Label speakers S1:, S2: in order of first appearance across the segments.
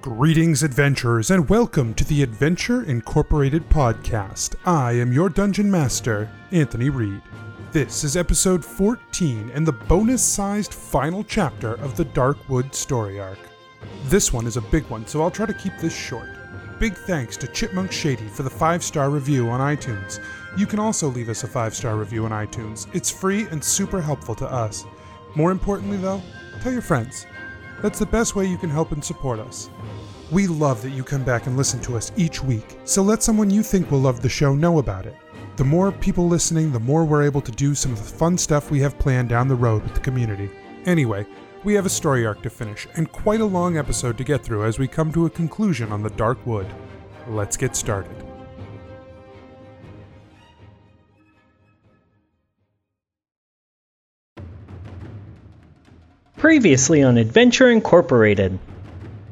S1: Greetings, adventurers, and welcome to the Adventure Incorporated podcast. I am your dungeon master, Anthony Reed. This is episode 14 and the bonus sized final chapter of the Darkwood story arc. This one is a big one, so I'll try to keep this short. Big thanks to Chipmunk Shady for the five star review on iTunes. You can also leave us a five star review on iTunes, it's free and super helpful to us. More importantly, though, tell your friends. That's the best way you can help and support us. We love that you come back and listen to us each week, so let someone you think will love the show know about it. The more people listening, the more we're able to do some of the fun stuff we have planned down the road with the community. Anyway, we have a story arc to finish, and quite a long episode to get through as we come to a conclusion on the Dark Wood. Let's get started.
S2: Previously on Adventure Incorporated.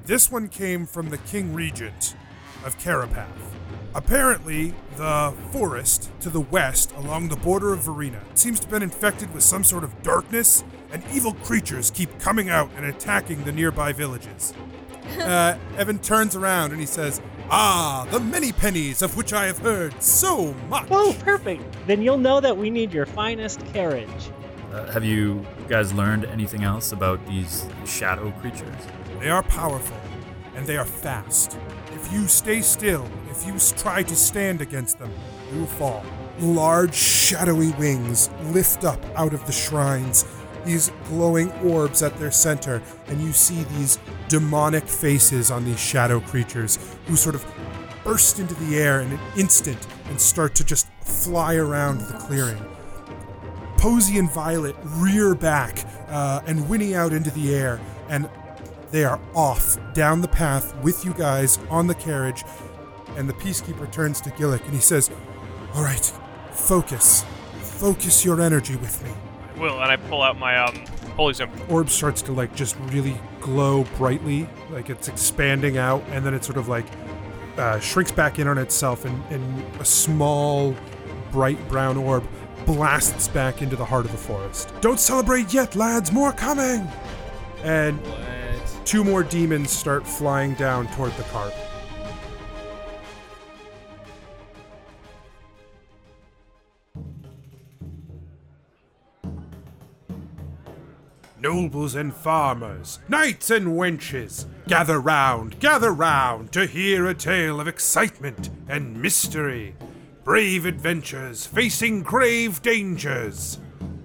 S1: This one came from the King Regent of Carapath. Apparently, the forest to the west along the border of Verena seems to have been infected with some sort of darkness, and evil creatures keep coming out and attacking the nearby villages. Uh, Evan turns around and he says, Ah, the many pennies of which I have heard so much.
S2: Whoa, Oh, perfect! Then you'll know that we need your finest carriage.
S3: Uh, have you guys learned anything else about these shadow creatures?
S1: They are powerful, and they are fast. If you stay still, if you s- try to stand against them, you will fall. Large, shadowy wings lift up out of the shrines, these glowing orbs at their center, and you see these demonic faces on these shadow creatures who sort of burst into the air in an instant and start to just fly around the clearing. Posey and Violet rear back uh, and whinny out into the air, and they are off down the path with you guys on the carriage. And the peacekeeper turns to Gillick and he says, All right, focus. Focus your energy with me.
S4: Will and I pull out my um holy zoom.
S1: Orb starts to like just really glow brightly, like it's expanding out, and then it sort of like uh, shrinks back in on itself, and, and a small bright brown orb blasts back into the heart of the forest. Don't celebrate yet, lads! More coming! And two more demons start flying down toward the cart. Nobles and farmers, knights and wenches, gather round, gather round to hear a tale of excitement and mystery. Brave adventures facing grave dangers.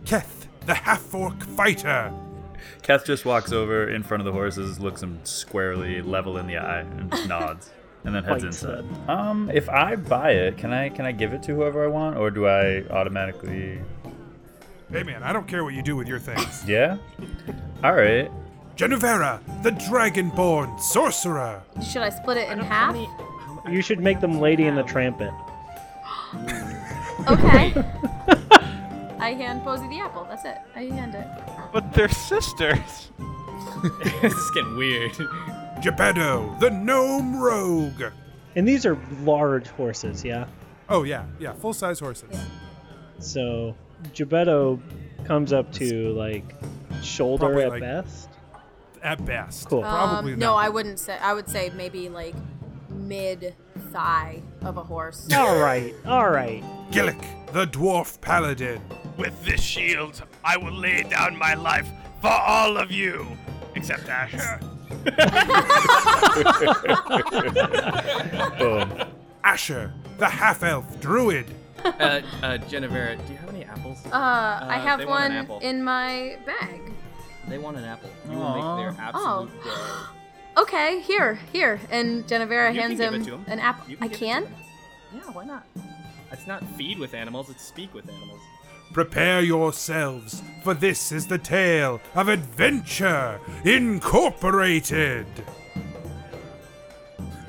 S1: Keth, the half orc fighter.
S3: Keth just walks over in front of the horses, looks them squarely level in the eye, and just nods, and then heads
S2: Points.
S3: inside. Um, if I buy it, can I can I give it to whoever I want, or do I automatically?
S1: Hey man, I don't care what you do with your things.
S3: Yeah. All right.
S1: Genevera, the dragonborn sorcerer.
S5: Should I split it in half?
S2: You should make them Lady and the Trampet.
S5: Okay. I hand Posey the apple. That's it. I hand it.
S4: But they're sisters.
S6: this is getting weird.
S1: Geppetto, the gnome rogue.
S2: And these are large horses, yeah?
S1: Oh yeah, yeah, full size horses.
S2: So Gebetto comes up to like shoulder
S1: Probably,
S2: at
S1: like-
S2: best.
S1: At best.
S2: Cool.
S1: Probably
S5: um,
S1: not.
S5: No, I wouldn't say. I would say maybe like mid thigh of a horse.
S2: Alright, alright.
S1: Gillick, the dwarf paladin.
S7: With this shield, I will lay down my life for all of you, except Asher.
S3: Boom.
S1: Asher, the half elf druid.
S6: Uh, uh, Genevera, do you have any apples?
S5: Uh, I
S6: Uh,
S5: have
S6: they want an
S5: one
S6: apple.
S5: in my bag.
S6: They want an apple. You will make their
S5: Oh.
S6: absolute. Oh.
S5: Okay, here, here. And Genevera
S6: You can
S5: hands
S6: give
S5: him,
S6: it to him.
S5: an apple.
S6: You
S5: I
S6: can give it to
S5: can?
S6: him.
S5: Yeah, why not?
S6: It's not feed with animals; it's speak with animals.
S1: Prepare yourselves, for this is the tale of Adventure Incorporated.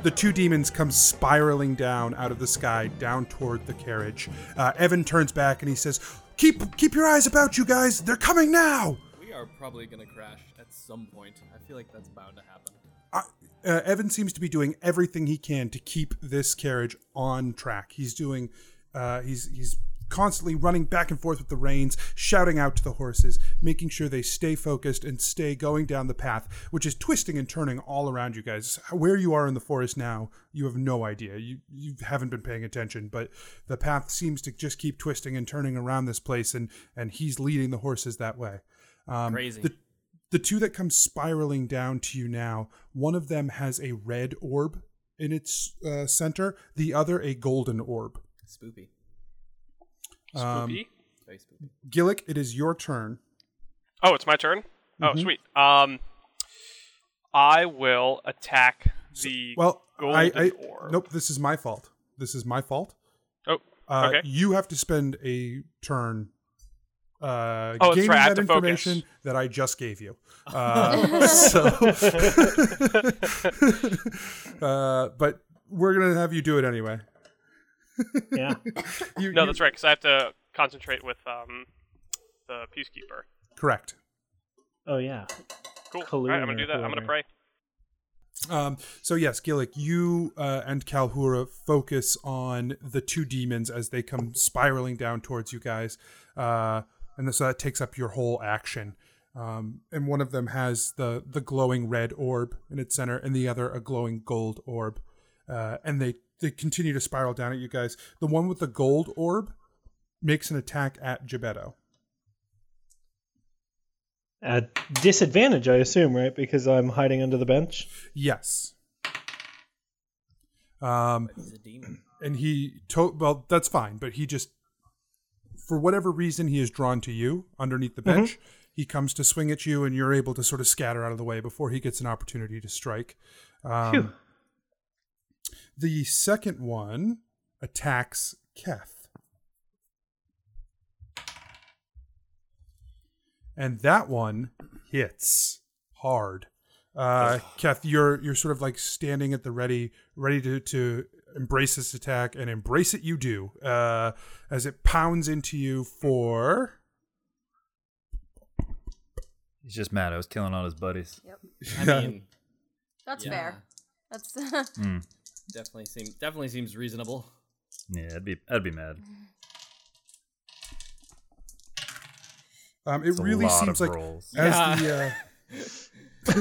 S1: The two demons come spiraling down out of the sky, down toward the carriage. Uh, Evan turns back and he says, "Keep keep your eyes about you guys. They're coming now."
S6: We are probably gonna crash at some point. I feel like that's bound to happen.
S1: I- uh, Evan seems to be doing everything he can to keep this carriage on track. He's doing, uh, he's he's constantly running back and forth with the reins, shouting out to the horses, making sure they stay focused and stay going down the path, which is twisting and turning all around you guys. Where you are in the forest now, you have no idea. You you haven't been paying attention, but the path seems to just keep twisting and turning around this place, and and he's leading the horses that way. Um,
S6: Crazy.
S1: The, the two that come spiraling down to you now, one of them has a red orb in its uh, center, the other a golden orb.
S6: Spoopy.
S1: Um,
S4: Spoopy?
S6: It's very spoopy.
S1: Gillick, it is your turn.
S4: Oh, it's my turn.
S1: Mm-hmm.
S4: Oh, sweet. Um, I will attack the
S1: Well,
S4: golden
S1: I, I
S4: orb.
S1: nope. This is my fault. This is my fault.
S4: Oh,
S1: Uh,
S4: okay.
S1: You have to spend a turn. Uh,
S4: Oh, that's
S1: gaining
S4: right, I have
S1: that
S4: to focus.
S1: information that I just gave you. Uh, so, uh, but we're gonna have you do it anyway.
S2: Yeah.
S1: You,
S4: No,
S1: you-
S4: that's right. Because I have to concentrate with um the peacekeeper.
S1: correct.
S2: Oh yeah.
S4: Cool.
S2: Kalun
S4: All right, I'm gonna
S2: or
S4: do that. I'm gonna
S2: whoever.
S4: pray.
S1: Um, so yes, Gillick, you uh, and Kalhura focus on the two demons as they come spiraling down towards you guys, uh, and so that takes up your whole action. Um, and one of them has the the glowing red orb in its center, and the other a glowing gold orb, uh, and they they continue to spiral down at you guys. The one with the gold orb makes an attack at Gebetto.
S2: At disadvantage, I assume, right? Because I'm hiding under the bench.
S1: Yes. Um,
S6: He's a demon.
S1: and he to- well that's fine but he just for whatever reason he is drawn to you underneath the bench he comes to swing at you and you're able to sort of scatter out of the way before he gets an opportunity to strike um, the second one attacks keth and that one hits hard uh, Keth, you're you're sort of like standing at the ready, ready to to embrace this attack, and embrace it you do uh, as it pounds into you for.
S3: He's just mad. I was killing all his buddies.
S6: I mean,
S5: That's
S6: Yeah.
S5: fair. That's
S3: Mm.
S6: definitely seems definitely seems reasonable.
S3: Yeah, I'd be, I'd be mad.
S1: um, it
S3: It's a
S1: really
S3: lot
S1: seems
S3: of
S1: like
S3: rolls.
S1: as
S6: Yeah.
S1: the uh,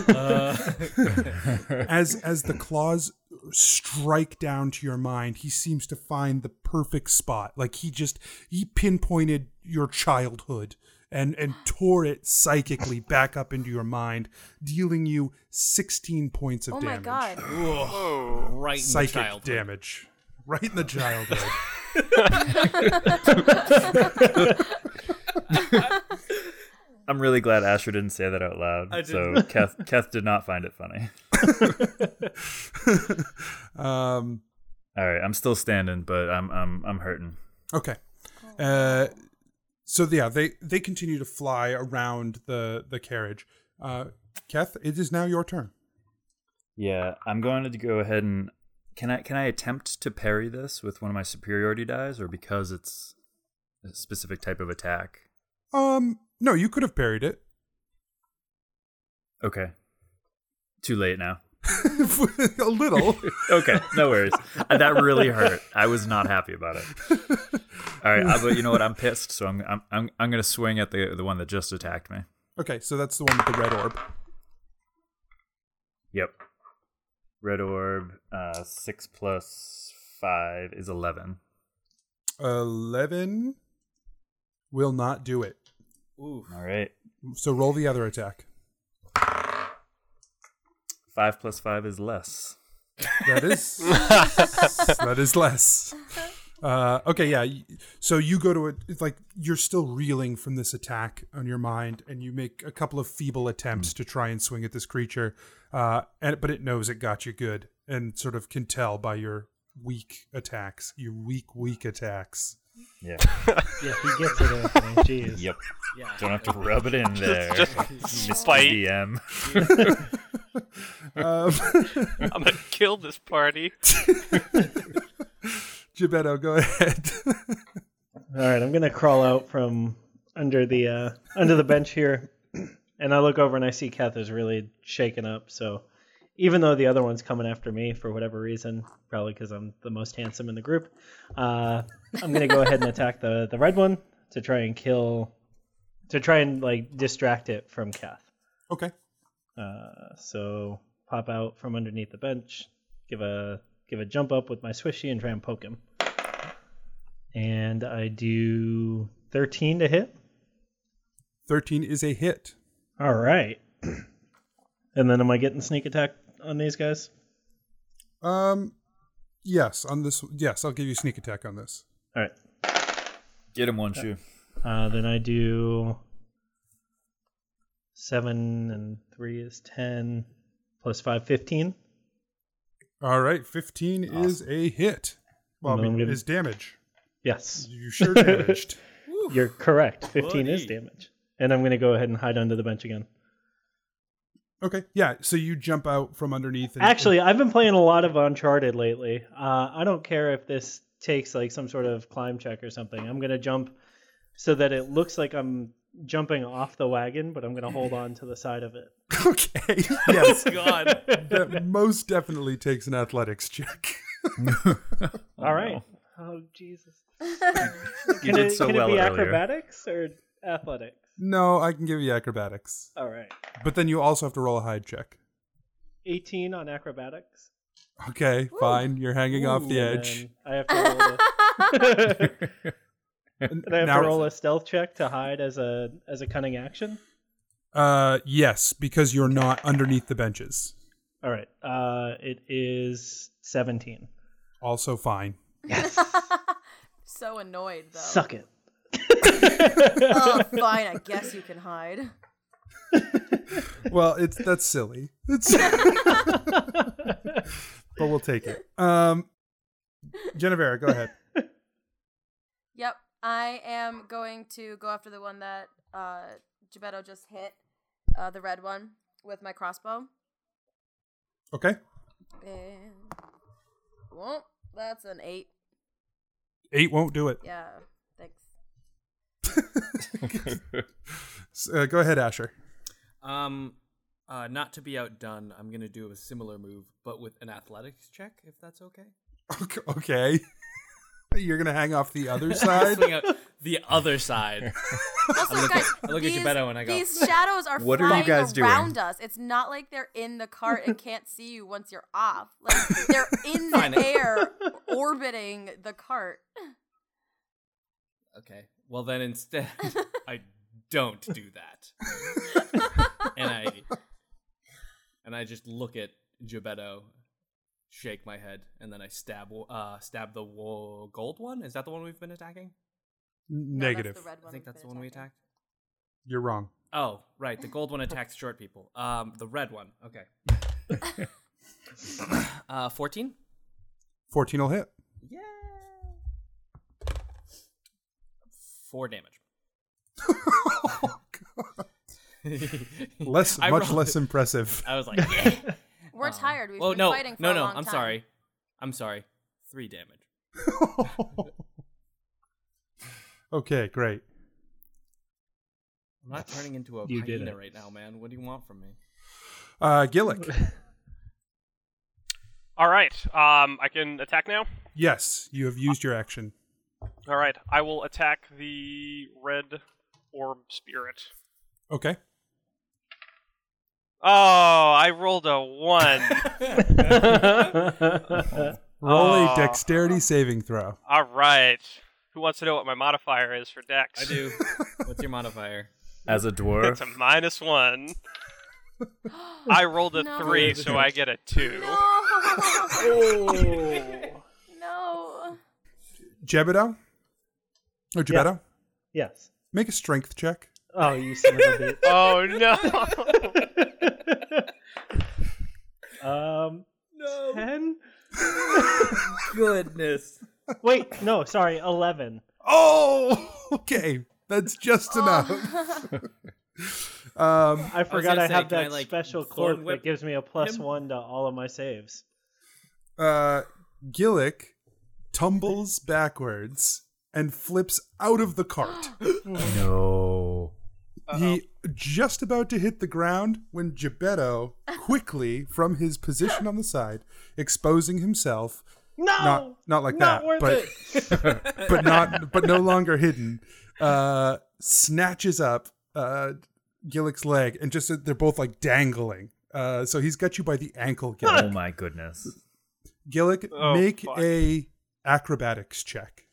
S6: Uh,
S1: as as the claws strike down to your mind, he seems to find the perfect spot. Like he just he pinpointed your childhood and and tore it psychically back up into your mind, dealing you sixteen points of
S5: oh my
S1: damage.
S5: god.
S6: right in the
S1: psychic
S6: child.
S1: damage right in the childhood.
S3: I'm really glad Asher didn't say that out loud. So Keth, Keth did not find it funny.
S1: um,
S3: All right, I'm still standing, but I'm I'm I'm hurting.
S1: okay. Uh, so yeah, they they continue to fly around the the carriage. Uh, Keth, it is now your turn.
S3: Yeah, I'm going to go ahead and can I can I attempt to parry this with one of my superiority dies, or because it's a specific type of attack?
S1: Um, no, you could have parried it.
S3: Okay, too late now.
S1: a little.
S3: Okay, no worries. Uh, that really hurt. I was not happy about it. All right, I, but you know what? I'm pissed, so I'm I'm I'm, I'm going to swing at the the one that just attacked me.
S1: Okay, so that's the one with the red orb.
S3: Yep. Red orb, uh, six plus five is eleven.
S1: Eleven will not do it.
S6: Ooh,
S3: All right.
S1: So roll the other attack.
S3: Five plus five is less.
S1: That is that is less. Uh, okay, yeah. y- So you go to it. It's like you're still reeling from this attack on your mind, and you make a couple of feeble attempts to try and swing at this creature, uh, and but it knows it got you good, and sort of can tell by your weak attacks, your weak, weak attacks.
S3: Yeah.
S2: Yeah, he gets it, Anthony. Jeez.
S3: Yep.
S6: yeah.
S3: Don't have to rub it in there. Mr.
S4: fight.
S3: DM.
S1: Um,
S4: I'm gonna kill this party.
S1: Gebetto, go ahead.
S2: All right, I'm gonna crawl out from under the uh, under the bench here, and I look over and I see Kath is really shaken up. So even though the other one's coming after me for whatever reason, probably because I'm the most handsome in the group. Uh, I'm gonna go ahead and attack the the red one to try and kill, to try and like distract it from Kath.
S8: Okay.
S2: Uh, so pop out from underneath the bench, give a give a jump up with my swishy and try and poke him. And I do 13 to hit.
S8: 13 is a hit.
S2: All right. and then am I getting sneak attack on these guys?
S1: Um, yes, on this. Yes, I'll give you sneak attack on this.
S2: All right.
S3: Get him one shoe.
S2: Uh, then I do seven and three is ten plus five, 15.
S1: All right, 15 is a hit. Well, I
S2: No, I'm
S1: mean,
S2: gonna-
S1: is damage.
S2: Yes,
S1: You sure damaged.
S2: you're correct. 15 is
S6: buddy.
S2: damage. And I'm going to go ahead and hide under the bench again.
S1: Okay, yeah. So you jump out from underneath. And,
S2: Actually, I've been playing a lot of Uncharted lately. Uh, I don't care if this takes like some sort of climb check or something. I'm gonna jump so that it looks like I'm jumping off the wagon, but I'm gonna hold on to the side of it.
S1: okay,
S2: Oh
S1: yes,
S6: God.
S1: that most definitely takes an athletics check.
S2: All right. Oh Jesus!
S3: You
S2: Can
S3: did
S2: it,
S3: so
S2: can
S3: well
S2: it be
S3: earlier.
S2: acrobatics or athletics?
S1: No, I can give you acrobatics,
S2: All right,
S1: but then you also have to roll a hide check.
S2: 18 on acrobatics.
S1: Okay, fine. You're hanging off the
S2: Ooh, and
S1: edge.
S2: then I have to roll. A,
S1: And
S2: and I have
S1: now-
S2: to roll a stealth check to hide as a as a cunning action.
S1: Uh, yes, because you're not underneath the benches.
S2: All right. Uh, it is 17.
S1: Also fine.
S5: so annoyed though.
S2: Suck it.
S5: Oh, fine. I guess you can hide.
S1: Well, it's that's silly. It's but we'll take it. Um, Genevera, go ahead.
S5: Yep. I am going to go after the one that uh Gebetto just hit, uh the red one with my crossbow.
S1: Okay,
S5: And well, that's an eight.
S1: eight won't do it.
S5: Yeah. Thanks.
S1: S- Uh, go ahead, Asher.
S6: Um, uh, not to be outdone, I'm gonna do a similar move, but with an athletics check, if that's okay.
S1: Ok- Okay, you're gonna hang off the other
S6: I
S1: side.
S6: swing out the other side.
S5: Also,
S6: look
S5: guys,
S6: at- I look at
S5: these,
S6: Gebetto and I go,
S5: these shadows are
S3: What are you
S5: flying
S3: guys doing?
S5: around us. It's not like they're in the cart and can't see you once you're off. Like they're in
S6: Fine.
S5: the air, orbiting the cart.
S6: Okay. Well, then instead, I don't do that, and I and I just look at Gebetto, shake my head, and then I stab uh stab the wo- gold one. Is that the one we've been attacking?
S5: No, that's
S1: Negative.
S5: the red
S6: I
S5: one we've
S6: think that's the
S5: been
S6: one we attacked.
S1: You're wrong.
S6: Oh, right. The gold one attacks short people. Um, the red one. Okay. uh, fourteen.
S1: Fourteen will hit.
S6: Yeah. Four damage.
S1: Oh, Less,
S6: I
S1: much
S6: rolled-
S1: less impressive.
S6: I was like, yeah.
S5: We're
S6: Um,
S5: tired. We've
S6: well,
S5: been
S6: no,
S5: fighting for
S6: no,
S5: a
S6: no.
S5: long
S6: I'm
S5: time.
S6: sorry. I'm sorry. Three damage.
S1: okay, great.
S6: I'm not turning into a
S2: You did
S6: hyena
S2: it.
S6: right now, man. What do you want from me?
S1: Uh, Gillick.
S4: All right. Um, I can attack now.
S1: Yes, you have used your action.
S4: All right. I will attack the red orb spirit.
S1: Okay.
S4: Oh, I rolled a one.
S1: Roll a
S4: Oh.
S1: dexterity saving throw.
S4: All right. Who wants to know what my modifier is for Dex?
S6: I do. What's your modifier?
S3: As a
S4: It's
S3: dwarf,
S4: a minus one. I rolled a
S5: No.
S4: three, so I get a two.
S5: No. no.
S1: Jebedo? Or Jebedo?
S2: yes.
S1: Oh, Make a strength check.
S2: Oh, you son of a
S4: Oh no!
S2: bitch. Um,
S6: No.
S2: 10?
S6: Goodness.
S2: Wait, no, sorry, 11.
S1: Oh, okay. That's just enough. Um,
S2: I forgot
S6: gonna
S2: I,
S6: say,
S2: have
S6: can I,
S2: that
S6: like,
S2: special
S6: thorn
S2: cloak
S6: whip
S2: that gives me a plus
S6: him?
S2: one to all of my saves.
S1: uh, Gillick tumbles backwards and flips out of the cart.
S3: no.
S1: He just about to hit the ground when Gebetto quickly from his position on the side, exposing himself.
S2: No,
S1: Not not like
S2: not
S1: that,
S2: worth
S1: but
S2: it.
S1: but not but no longer hidden. Uh, snatches up uh, Gillick's leg and just they're both like dangling. Uh, so he's got you by the ankle,
S3: Oh
S1: Gillick.
S3: my goodness.
S1: Gillick,
S4: Oh,
S1: make
S4: fuck.
S1: a acrobatics check.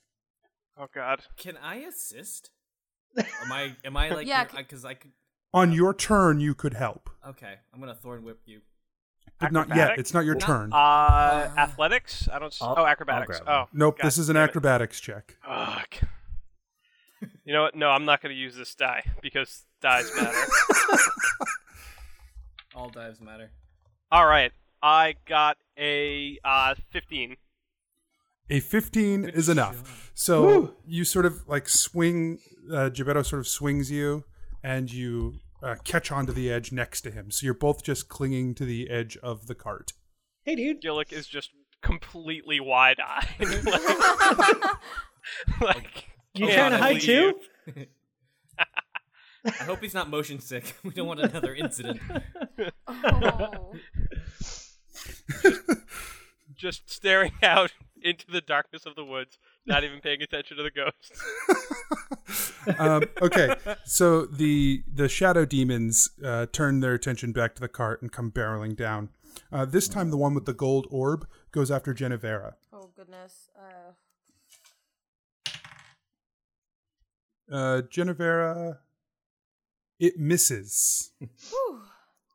S4: Oh god.
S6: Can I assist? Am I am I like
S5: Yeah,
S6: yeah? Because I could.
S1: On your turn, you could help,
S6: Okay, I'm gonna thorn whip you.
S1: but not yet.
S4: Acrobatics?
S1: It's not your turn.
S4: Uh, athletics? I don't. s
S3: I'll-
S4: oh, acrobatics.
S3: I'll grab
S4: Oh,
S1: nope,
S4: God
S1: this is an
S4: damn it.
S1: acrobatics check.
S4: Fuck. You know what? No, I'm not going to use this die because dies matter.
S6: All dives matter.
S4: All right, I got a uh, 15.
S1: A 15 is enough. So you sort of like swing, uh, Gebetto sort of swings you and you uh, catch onto the edge next to him. So you're both just clinging to the edge of the cart.
S2: Hey, dude.
S4: Gillick is just completely wide-eyed. like, like,
S6: Oh,
S2: You
S4: can't
S2: trying to hide
S4: believe-
S2: too?
S6: I hope he's not motion sick. We don't want another incident.
S5: Oh.
S4: Just staring out into the darkness of the woods, not even paying attention to the ghosts.
S1: Um, okay, so the the shadow demons uh, turn their attention back to the cart and come barreling down. Uh, this time, the one with the gold orb goes after Genevera.
S5: oh goodness. Uh,
S1: Uh, Genevera, it misses.
S5: whew.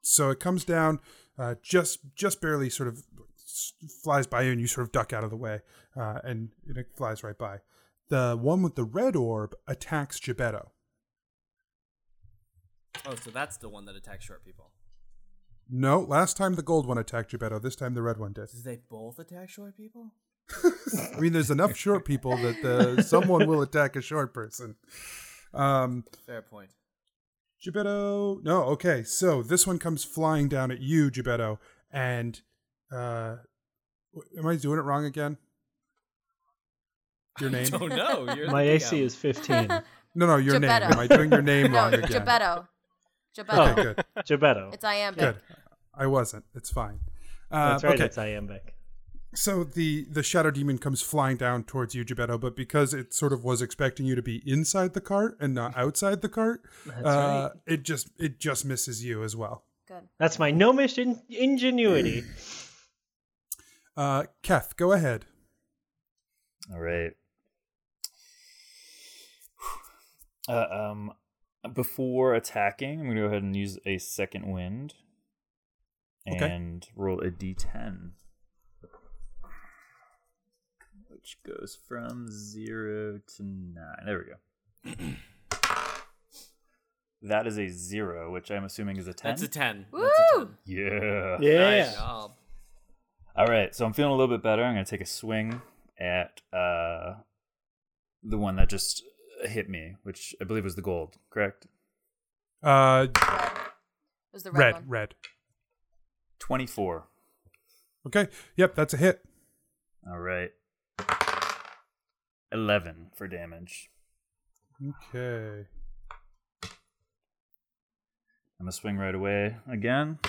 S1: so it comes down uh, just just barely sort of s- flies by you and you sort of duck out of the way uh, and and it flies right by the one with the red orb attacks Gebetto.
S6: Oh, so that's the one that attacks short people.
S1: no last time the gold one attacked Gebetto. this time the red one did
S6: Did they both attack short people?
S1: i mean there's enough short people that the, someone will attack a short person um
S6: Fair point.
S1: Gebetto. No, okay. So this one comes flying down at you, Gebetto, and uh w- am I doing it wrong again? Your name?
S6: Oh no, you're
S2: My
S6: the
S2: AC
S6: DM.
S2: is 15.
S1: No, no, your
S5: Gebetto.
S1: name. Am I doing your name
S5: no,
S1: wrong again?
S6: Oh,
S5: Gebetto. Gebetto.
S2: Oh,
S1: Okay, good.
S2: Gebetto.
S5: It's iambic.
S1: Good. I wasn't. It's fine. Uh,
S2: That's right,
S1: okay.
S2: it's iambic.
S1: So the the shadow demon comes flying down towards you, Gebetto, but because it sort of was expecting you to be inside the cart and not outside the cart, uh, it just it just misses you as well.
S5: Good.
S2: That's my gnomish in- ingenuity.
S1: Uh, Keth, go ahead.
S3: All right. Uh, um, before attacking, I'm gonna go ahead and use a second wind,
S1: Okay.
S3: and roll a d10, which goes from zero to nine. There we go. that is a zero, which I'm assuming is a ten.
S6: That's a ten.
S5: Woo!
S6: That's a 10.
S3: Yeah.
S2: yeah.
S6: Nice job.
S3: All right, so I'm feeling a little bit better. I'm going to take a swing at uh, the one that just hit me, which I believe was the gold, correct?
S1: Uh,
S5: It was the red,
S1: red,
S5: one.
S1: red.
S3: 24.
S1: Okay. Yep, that's a hit.
S3: All right. 11 for damage.
S1: Okay.
S3: I'm going to swing right away again,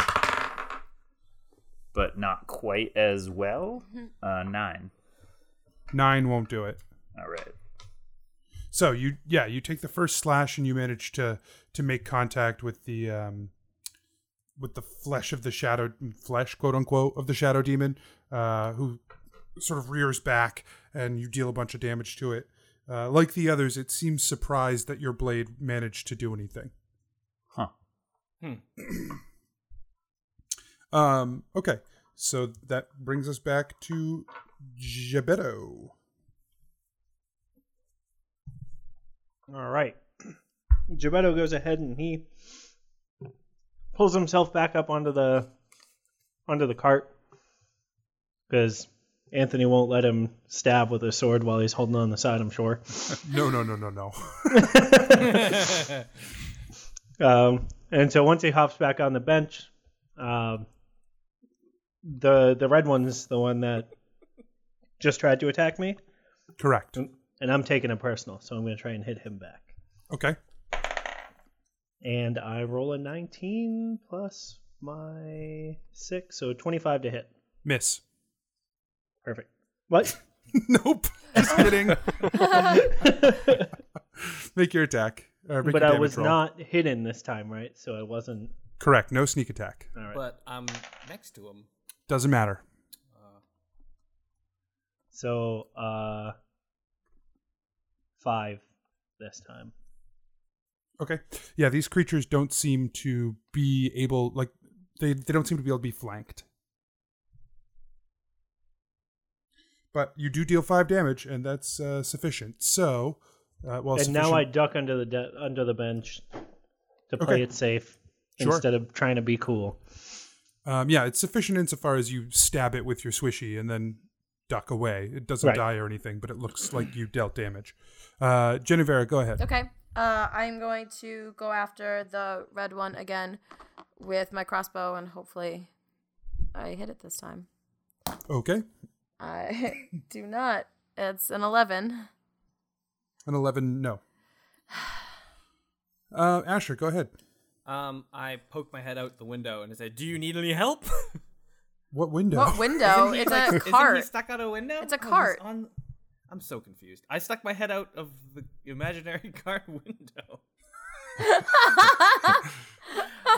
S3: but not quite as well. Uh, 9.
S1: Nine won't do it.
S3: All right.
S1: So you, yeah, you take the first slash and you manage to to make contact with the um, with the flesh of the shadow flesh, quote unquote, of the shadow demon, uh, who sort of rears back and you deal a bunch of damage to it. Uh, like the others, it seems surprised that your blade managed to do anything.
S3: Huh.
S1: Um, okay, so that brings us back to Gebetto.
S2: All right. Gebetto goes ahead and he pulls himself back up onto the onto the cart because Anthony won't let him stab with a sword while he's holding on the side. I'm sure.
S1: No, no, no, no, no.
S2: Um, and so once he hops back on the bench, um, the the red one's the one that just tried to attack me,
S1: Correct.
S2: and I'm taking it personal, so I'm going to try and hit him back.
S1: Okay.
S2: and I roll a 19 plus my six, so 25 to hit.
S1: Miss.
S2: Perfect. What?
S1: nope. Just kidding. make your attack. Or make
S2: but
S1: your
S2: I
S1: damage
S2: was
S1: roll.
S2: not hidden this time, right? So I wasn't.
S1: Correct. No sneak attack.
S2: All right.
S6: But I'm next to him.
S1: Doesn't matter.
S2: So uh, five this time.
S1: Okay. Yeah, these creatures don't seem to be able like they they don't seem to be able to be flanked. But you do deal five damage, and that's uh, sufficient. So, uh, well,
S2: and now I
S1: sufficient-
S2: duck under the de- under the bench to play
S1: Okay.
S2: it safe
S1: Sure.
S2: instead of trying to be cool.
S1: um, yeah, it's sufficient insofar as you stab it with your swishy and then duck away. It doesn't
S2: Right.
S1: die or anything, but it looks like you dealt damage. Uh, Genevera, go ahead.
S5: Okay. Uh, I'm going to go after the red one again with my crossbow, and hopefully, I hit it this time.
S1: Okay,
S5: I do not. It's an eleven.
S1: an eleven, no. Uh, Asher, go ahead.
S6: Um, I poke my head out the window and I say, "Do you need any help?"
S1: What window?
S5: What window? Oh, it's a
S6: Isn't he
S5: cart.
S6: stuck out a window?
S5: It's a
S6: Oh, he's
S5: cart.
S6: on- I'm so confused. I stuck my head out of the imaginary cart window.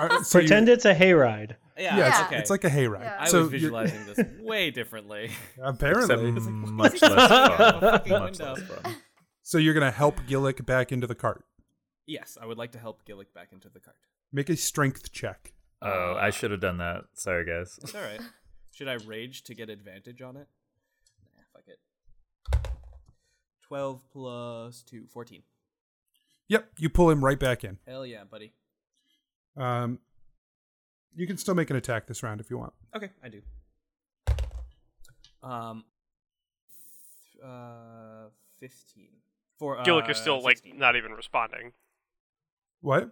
S1: Are- so you-
S2: Pretend it's a hayride.
S1: Yeah,
S6: Yeah,
S1: it's-
S5: Yeah.
S6: okay.
S1: it's like a hayride.
S5: Yeah.
S6: I
S1: So
S6: was
S1: you're-
S6: visualizing this way differently.
S3: Except
S1: Apparently.
S3: much less fun. much less fun.
S1: So you're gonna help Gillick back into the cart.
S6: yes, I would like to help Gillick back into the cart.
S1: Make a strength check.
S3: Oh, I should have done that. Sorry, guys.
S6: It's all right. Should I rage to get advantage on it? Nah, fuck it. 12 plus 2, 14.
S1: Yep, you pull him right back in.
S6: Hell yeah, buddy.
S1: Um, you can still make an attack this round if you want.
S6: Okay, I do. Um, uh, 15. For, uh,
S4: Gillick is still like
S6: 16.
S4: not even responding.
S1: What?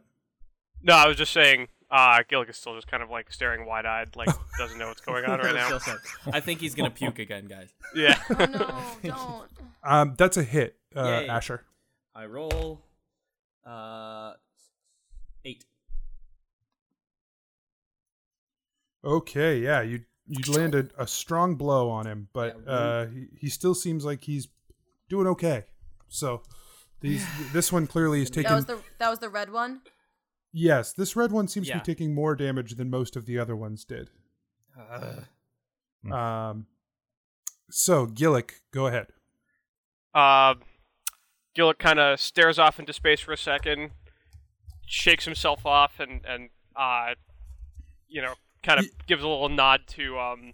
S4: No, I was just saying. Uh, Gillick is still just kind of like staring wide-eyed, like doesn't know what's going on right now.
S6: Still sucks. I think he's gonna puke again, guys.
S4: Yeah.
S5: oh no! Don't.
S1: Um, that's a hit, uh,
S6: Yay.
S1: Asher.
S6: I roll, uh, eight.
S1: Okay, yeah, you you landed a strong blow on him, but uh, he, he still seems like he's doing okay. So these this one clearly is
S5: That
S1: taking
S5: was the that was the red one.
S1: yes, this red one seems
S6: Yeah.
S1: to be taking more damage than most of the other ones did.
S6: Ugh.
S1: Um, so Gillick, go ahead.
S4: Uh, Gillick kind of stares off into space for a second, shakes himself off, and and uh, you know, kind of gives a little nod to um,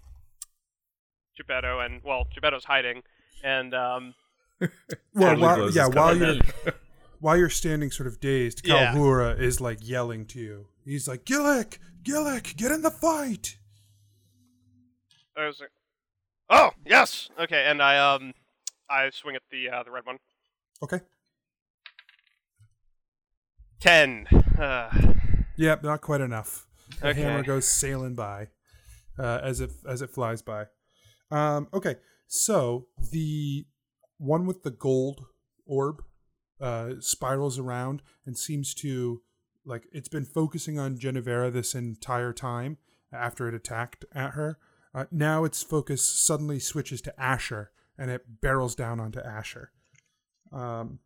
S4: Geppetto, and well, Geppetto's hiding, and um,
S1: Well,
S3: Totally
S1: while,
S3: blows
S1: yeah,
S3: his
S1: while
S3: cover.
S1: you're while you're standing sort of dazed,
S4: Yeah.
S1: Kalhura is like yelling to you. He's like, Gillick, Gillick, get in the fight.
S4: I was like, oh yes, okay, and I um, I swing at the uh, the red one.
S1: Okay.
S4: Ten. Uh,
S1: Yep, not quite enough. The
S4: Okay.
S1: hammer goes sailing by uh, as it as it flies by. Um, okay, so the one with the gold orb uh, spirals around and seems to like it's been focusing on Genevera this entire time after it attacked at her. Uh, now its focus suddenly switches to Asher and it barrels down onto Asher. Um,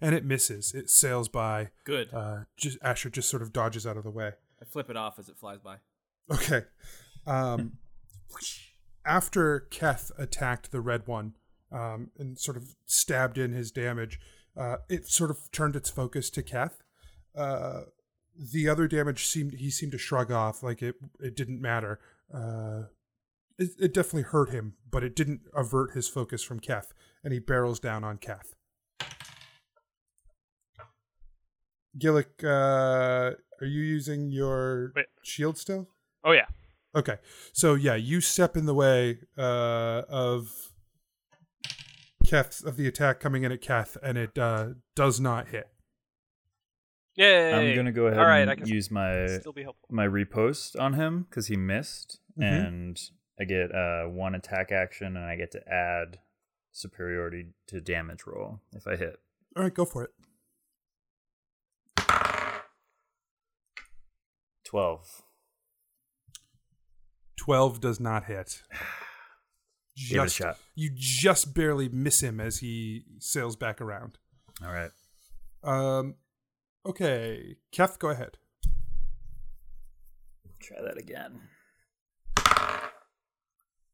S1: and it misses. It sails by.
S6: Good.
S1: Uh, just Asher just sort of dodges out of the way.
S6: I flip it off as it flies by.
S1: Okay. Um, after Keth attacked the red one um, and sort of stabbed in his damage, uh, it sort of turned its focus to Keth. Uh, the other damage seemed he seemed to shrug off like it it didn't matter. Uh, it, it definitely hurt him, but it didn't avert his focus from Keth, and he barrels down on Keth. Gillick, uh, are you using your
S4: Wait.
S1: shield still?
S4: oh yeah.
S1: Okay. So yeah, you step in the way uh, of Keth of the attack coming in at Keth, and it uh, does not hit.
S4: Yay.
S3: I'm gonna go ahead
S4: All right,
S3: and
S4: I can
S3: use my
S4: still be helpful.
S3: my repost on him because he missed,
S1: Mhm.
S3: and I get uh, one attack action, and I get to add superiority to damage roll if I hit.
S1: All right, go for it.
S3: Twelve.
S1: 12 does not hit. Just,
S3: Give it a shot.
S1: You just barely miss him as he sails back around.
S3: All right.
S1: Um, okay. Keth, go ahead.
S3: Try that again.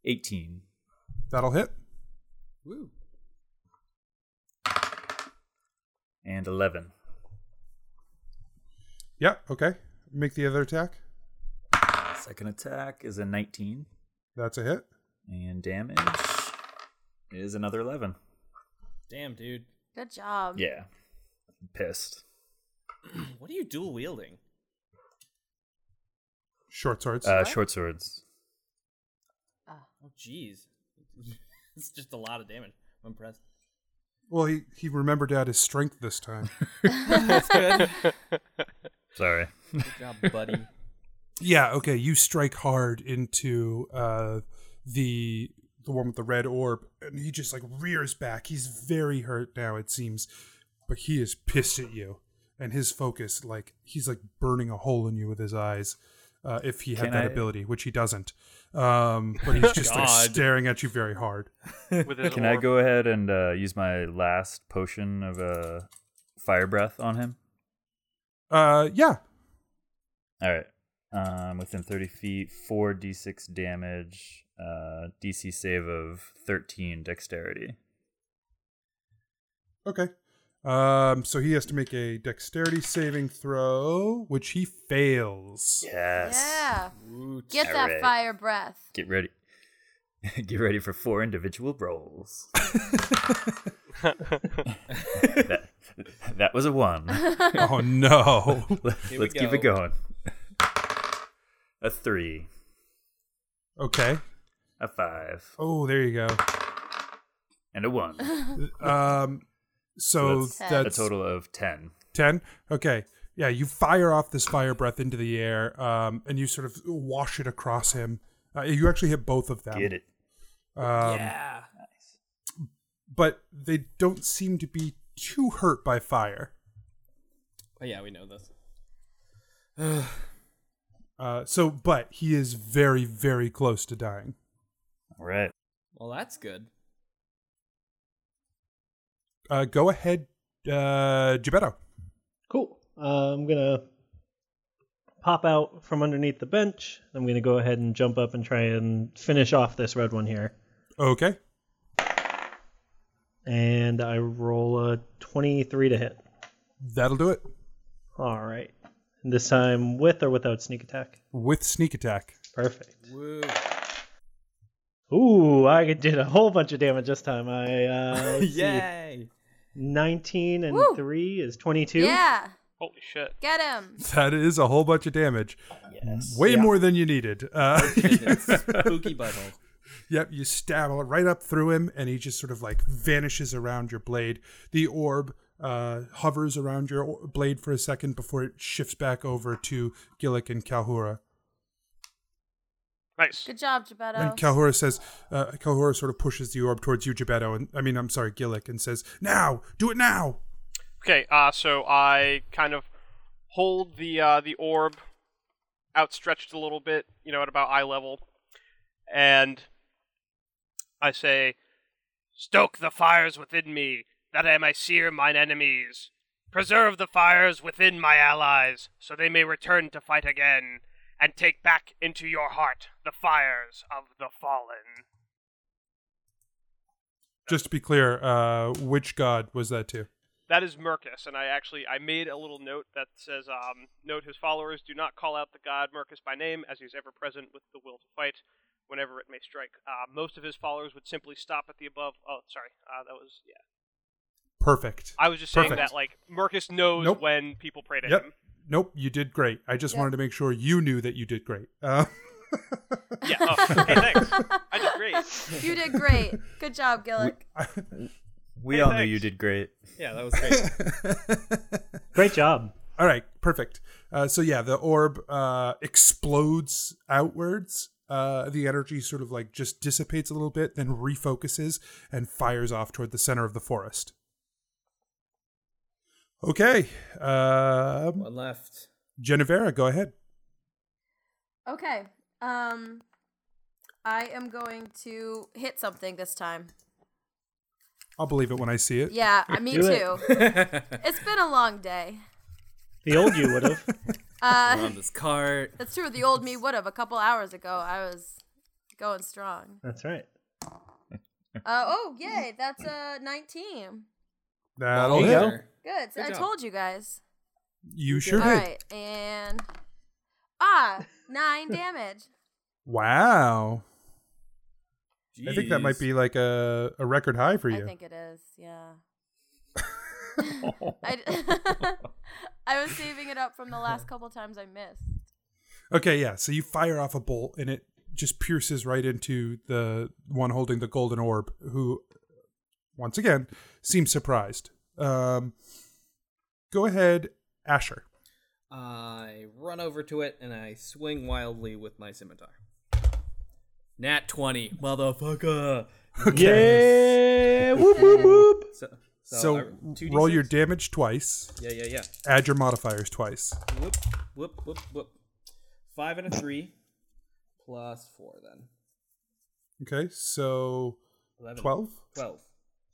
S3: Eighteen.
S1: That'll hit.
S6: Woo.
S3: And eleven.
S1: Yeah, okay. Make the other attack.
S3: Second attack is a nineteen.
S1: That's a hit.
S3: And damage is another eleven.
S6: Damn, dude.
S5: Good job.
S3: Yeah. I'm pissed.
S6: What are you dual wielding?
S1: Short swords.
S3: Uh, short swords.
S6: Oh, jeez. it's just a lot of damage. I'm impressed.
S1: well, he, he remembered to add his strength this time.
S6: That's good.
S3: Sorry.
S6: good job, buddy.
S1: yeah, okay. You strike hard into uh, the the one with the red orb, and he just like rears back. He's very hurt now, it seems, but he is pissed at you. And his focus, like he's like burning a hole in you with his eyes, uh, if he had
S3: Can
S1: that
S3: I-
S1: ability, which he doesn't. Um, but he's just like
S6: God.
S1: staring at you very hard.
S4: With his
S3: Can I
S4: orb.
S3: go ahead and uh, use my last potion of uh, fire breath on him?
S1: Uh, yeah,
S3: All right. Um, within 30 feet, 4d6 damage, uh, DC save of 13 dexterity.
S1: Okay. Um, so he has to make a dexterity saving throw, which he fails.
S3: Yes.
S5: Yeah. Get
S3: All
S5: that
S3: right.
S5: fire breath.
S3: Get ready. Get ready for four individual rolls. that, that was a one.
S1: oh no.
S6: Here we
S3: Let's keep it
S6: go.
S3: going. A three,
S1: Okay.
S3: a five,
S1: Oh, there you
S3: and a one.
S1: go. Um so
S3: So
S5: that's-
S1: that's,
S3: a total of 10.
S1: 10. Okay. Yeah, you fire off this fire breath into the air um and you sort of wash it across him. Uh, you actually hit both of them.
S3: Get it.
S1: Um, But they don't seem to be too hurt by fire.
S6: Oh, yeah, we know this.
S1: Uh, so, but he is very, very close to dying.
S3: All right.
S6: Well, that's good.
S1: Uh, go ahead, uh, Gebetto.
S2: Cool. Uh, I'm gonna pop out from underneath the bench. I'm gonna go ahead and jump up and try and finish off this red one here.
S1: Okay.
S2: And I roll a 23 to hit.
S1: That'll do it.
S2: All right. And this time with or without sneak attack.
S1: With sneak attack.
S2: Perfect.
S6: Woo.
S2: Ooh, I did a whole bunch of damage this time. I uh, let's see.
S6: Yay.
S2: 19 and
S5: Woo.
S2: 3 is 22.
S5: Yeah.
S4: Holy shit!
S5: Get him.
S1: That is a whole bunch of damage.
S3: Yes.
S1: Way more than you needed. Uh,
S6: Goodness. Spooky butthole.
S1: yep, you stab right up through him, and he just sort of like vanishes around your blade. The orb uh, hovers around your o- blade for a second before it shifts back over to Gillick and Kalhura.
S4: Nice.
S5: Good job,
S1: And
S5: Gebetto.
S1: Kalhura says, uh, Kalhura sort of pushes the orb towards you, Gebetto, and I mean, I'm sorry, Gillick, and says, Now! Do it now!
S4: Okay, uh, so I kind of hold the uh, the orb outstretched a little bit, you know, at about eye level, and
S7: I say, Stoke the fires within me, that I may sear mine enemies. Preserve the fires within my allies, so they may return to fight again, and take back into your heart the fires of the fallen.
S1: Just to be clear, uh, which god was that to?
S4: that is Mercus. And I actually I made a little note that says, um, "Note his followers do not call out the god Mercus by name, as he is ever present with the will to fight, whenever it may strike. Uh, most of his followers would simply stop at the above." Oh, sorry, uh, that was yeah.
S1: Perfect.
S4: I was just saying
S1: Perfect.
S4: that like Mercus knows
S1: Nope.
S4: when people pray to
S1: Yep.
S4: him.
S1: Nope, you did great. I just
S5: Yep.
S1: wanted to make sure you knew that you did great. Uh,
S4: Yeah. Oh, hey, thanks. I did great.
S5: you did great. Good job, Gillick.
S3: We
S4: Hey,
S3: all knew
S4: thanks.
S3: you did great.
S6: Yeah, that was great.
S2: Great job.
S1: all right, perfect. Uh, so yeah, the orb uh, explodes outwards. Uh, the energy sort of like just dissipates a little bit, then refocuses and fires off toward the center of the forest. Okay, um,
S6: One left.
S1: Genevera, go ahead.
S5: Okay. Um, I am going to hit something this time.
S1: I'll believe it when I see it.
S5: Yeah, me
S2: Do it.
S5: too. it's been a long day.
S2: The old you would have.
S5: Uh,
S6: on this cart.
S5: that's true. The old me would have. A couple hours ago, I was going strong.
S2: That's right.
S5: Uh, oh, yay! That's a uh, 19.
S1: That'll
S2: There you
S1: hit.
S2: go.
S5: Good.
S6: Good
S5: I
S6: job.
S5: told you guys.
S1: You sure
S5: All
S1: did.
S5: right, and ah, nine damage.
S1: Wow. I think that might
S6: Jeez.
S1: be like a, a record high for you.
S5: I think it is. Yeah. I, d- I was saving it up from the last couple times I missed.
S1: Okay, yeah. So you fire off a bolt and it just pierces right into the one holding the golden orb, who, once again, seems surprised. Um, go ahead, Asher.
S6: I run over to it and I swing wildly with my scimitar. Nat 20, motherfucker.
S2: Yeah. Whoop whoop whoop.
S6: So, so, uh,
S1: So,
S6: I-
S1: roll
S6: 2d6?
S1: your damage twice,
S6: Yeah, yeah, yeah.
S1: add your modifiers twice.
S6: Whoop, whoop, whoop, whoop. Five and a three, plus four then.
S1: Okay, so
S6: Eleven.
S1: 12?
S6: Twelve.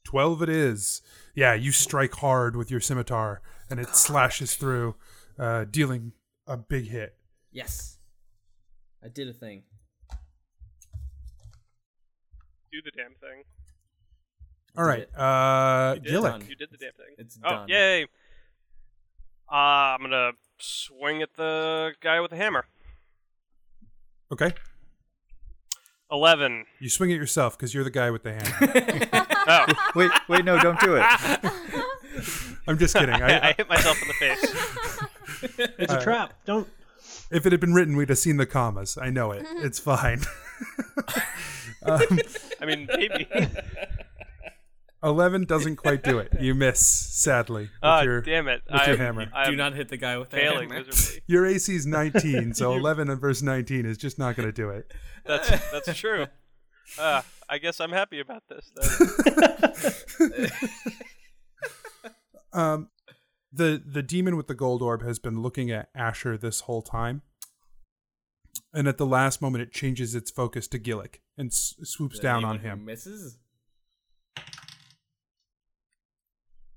S1: 12 it is. Yeah, you strike hard with your scimitar and it slashes through, uh, dealing a big hit.
S6: Yes. I did a thing.
S4: Do the damn thing.
S1: All right, uh,
S4: You did,
S1: Gillick.
S4: you did the damn thing.
S6: It's
S4: oh,
S6: done.
S4: yay! Uh, I'm gonna swing at the guy with the hammer.
S1: Okay,
S4: Eleven.
S1: you swing it yourself because you're the guy with the hammer.
S4: Oh,
S3: Wait, wait, no, don't do it.
S1: I'm just kidding. I,
S4: I, I hit myself in the face.
S2: It's a trap. Don't.
S1: if it had been written, we'd have seen the commas. I know it. It's fine. um,
S4: I mean, maybe.
S1: 11 doesn't quite do it. You miss, sadly. with
S4: Ah,
S1: your-
S4: damn it!
S1: with
S4: I,
S1: your hammer.
S4: I'm
S6: Do not hit the guy with the
S4: failing
S6: hammer.
S4: miserably.
S1: Your AC is 19, so 11 and verse 19 is just not going to do it.
S4: That's that's true. Uh, I guess I'm happy about this. Then.
S1: Um, the the demon with the gold orb has been looking at Asher this whole time, and at the last moment, it changes its focus to Gillick and s- swoops
S6: Is that
S1: down on
S6: anyone who
S1: him.
S6: Misses.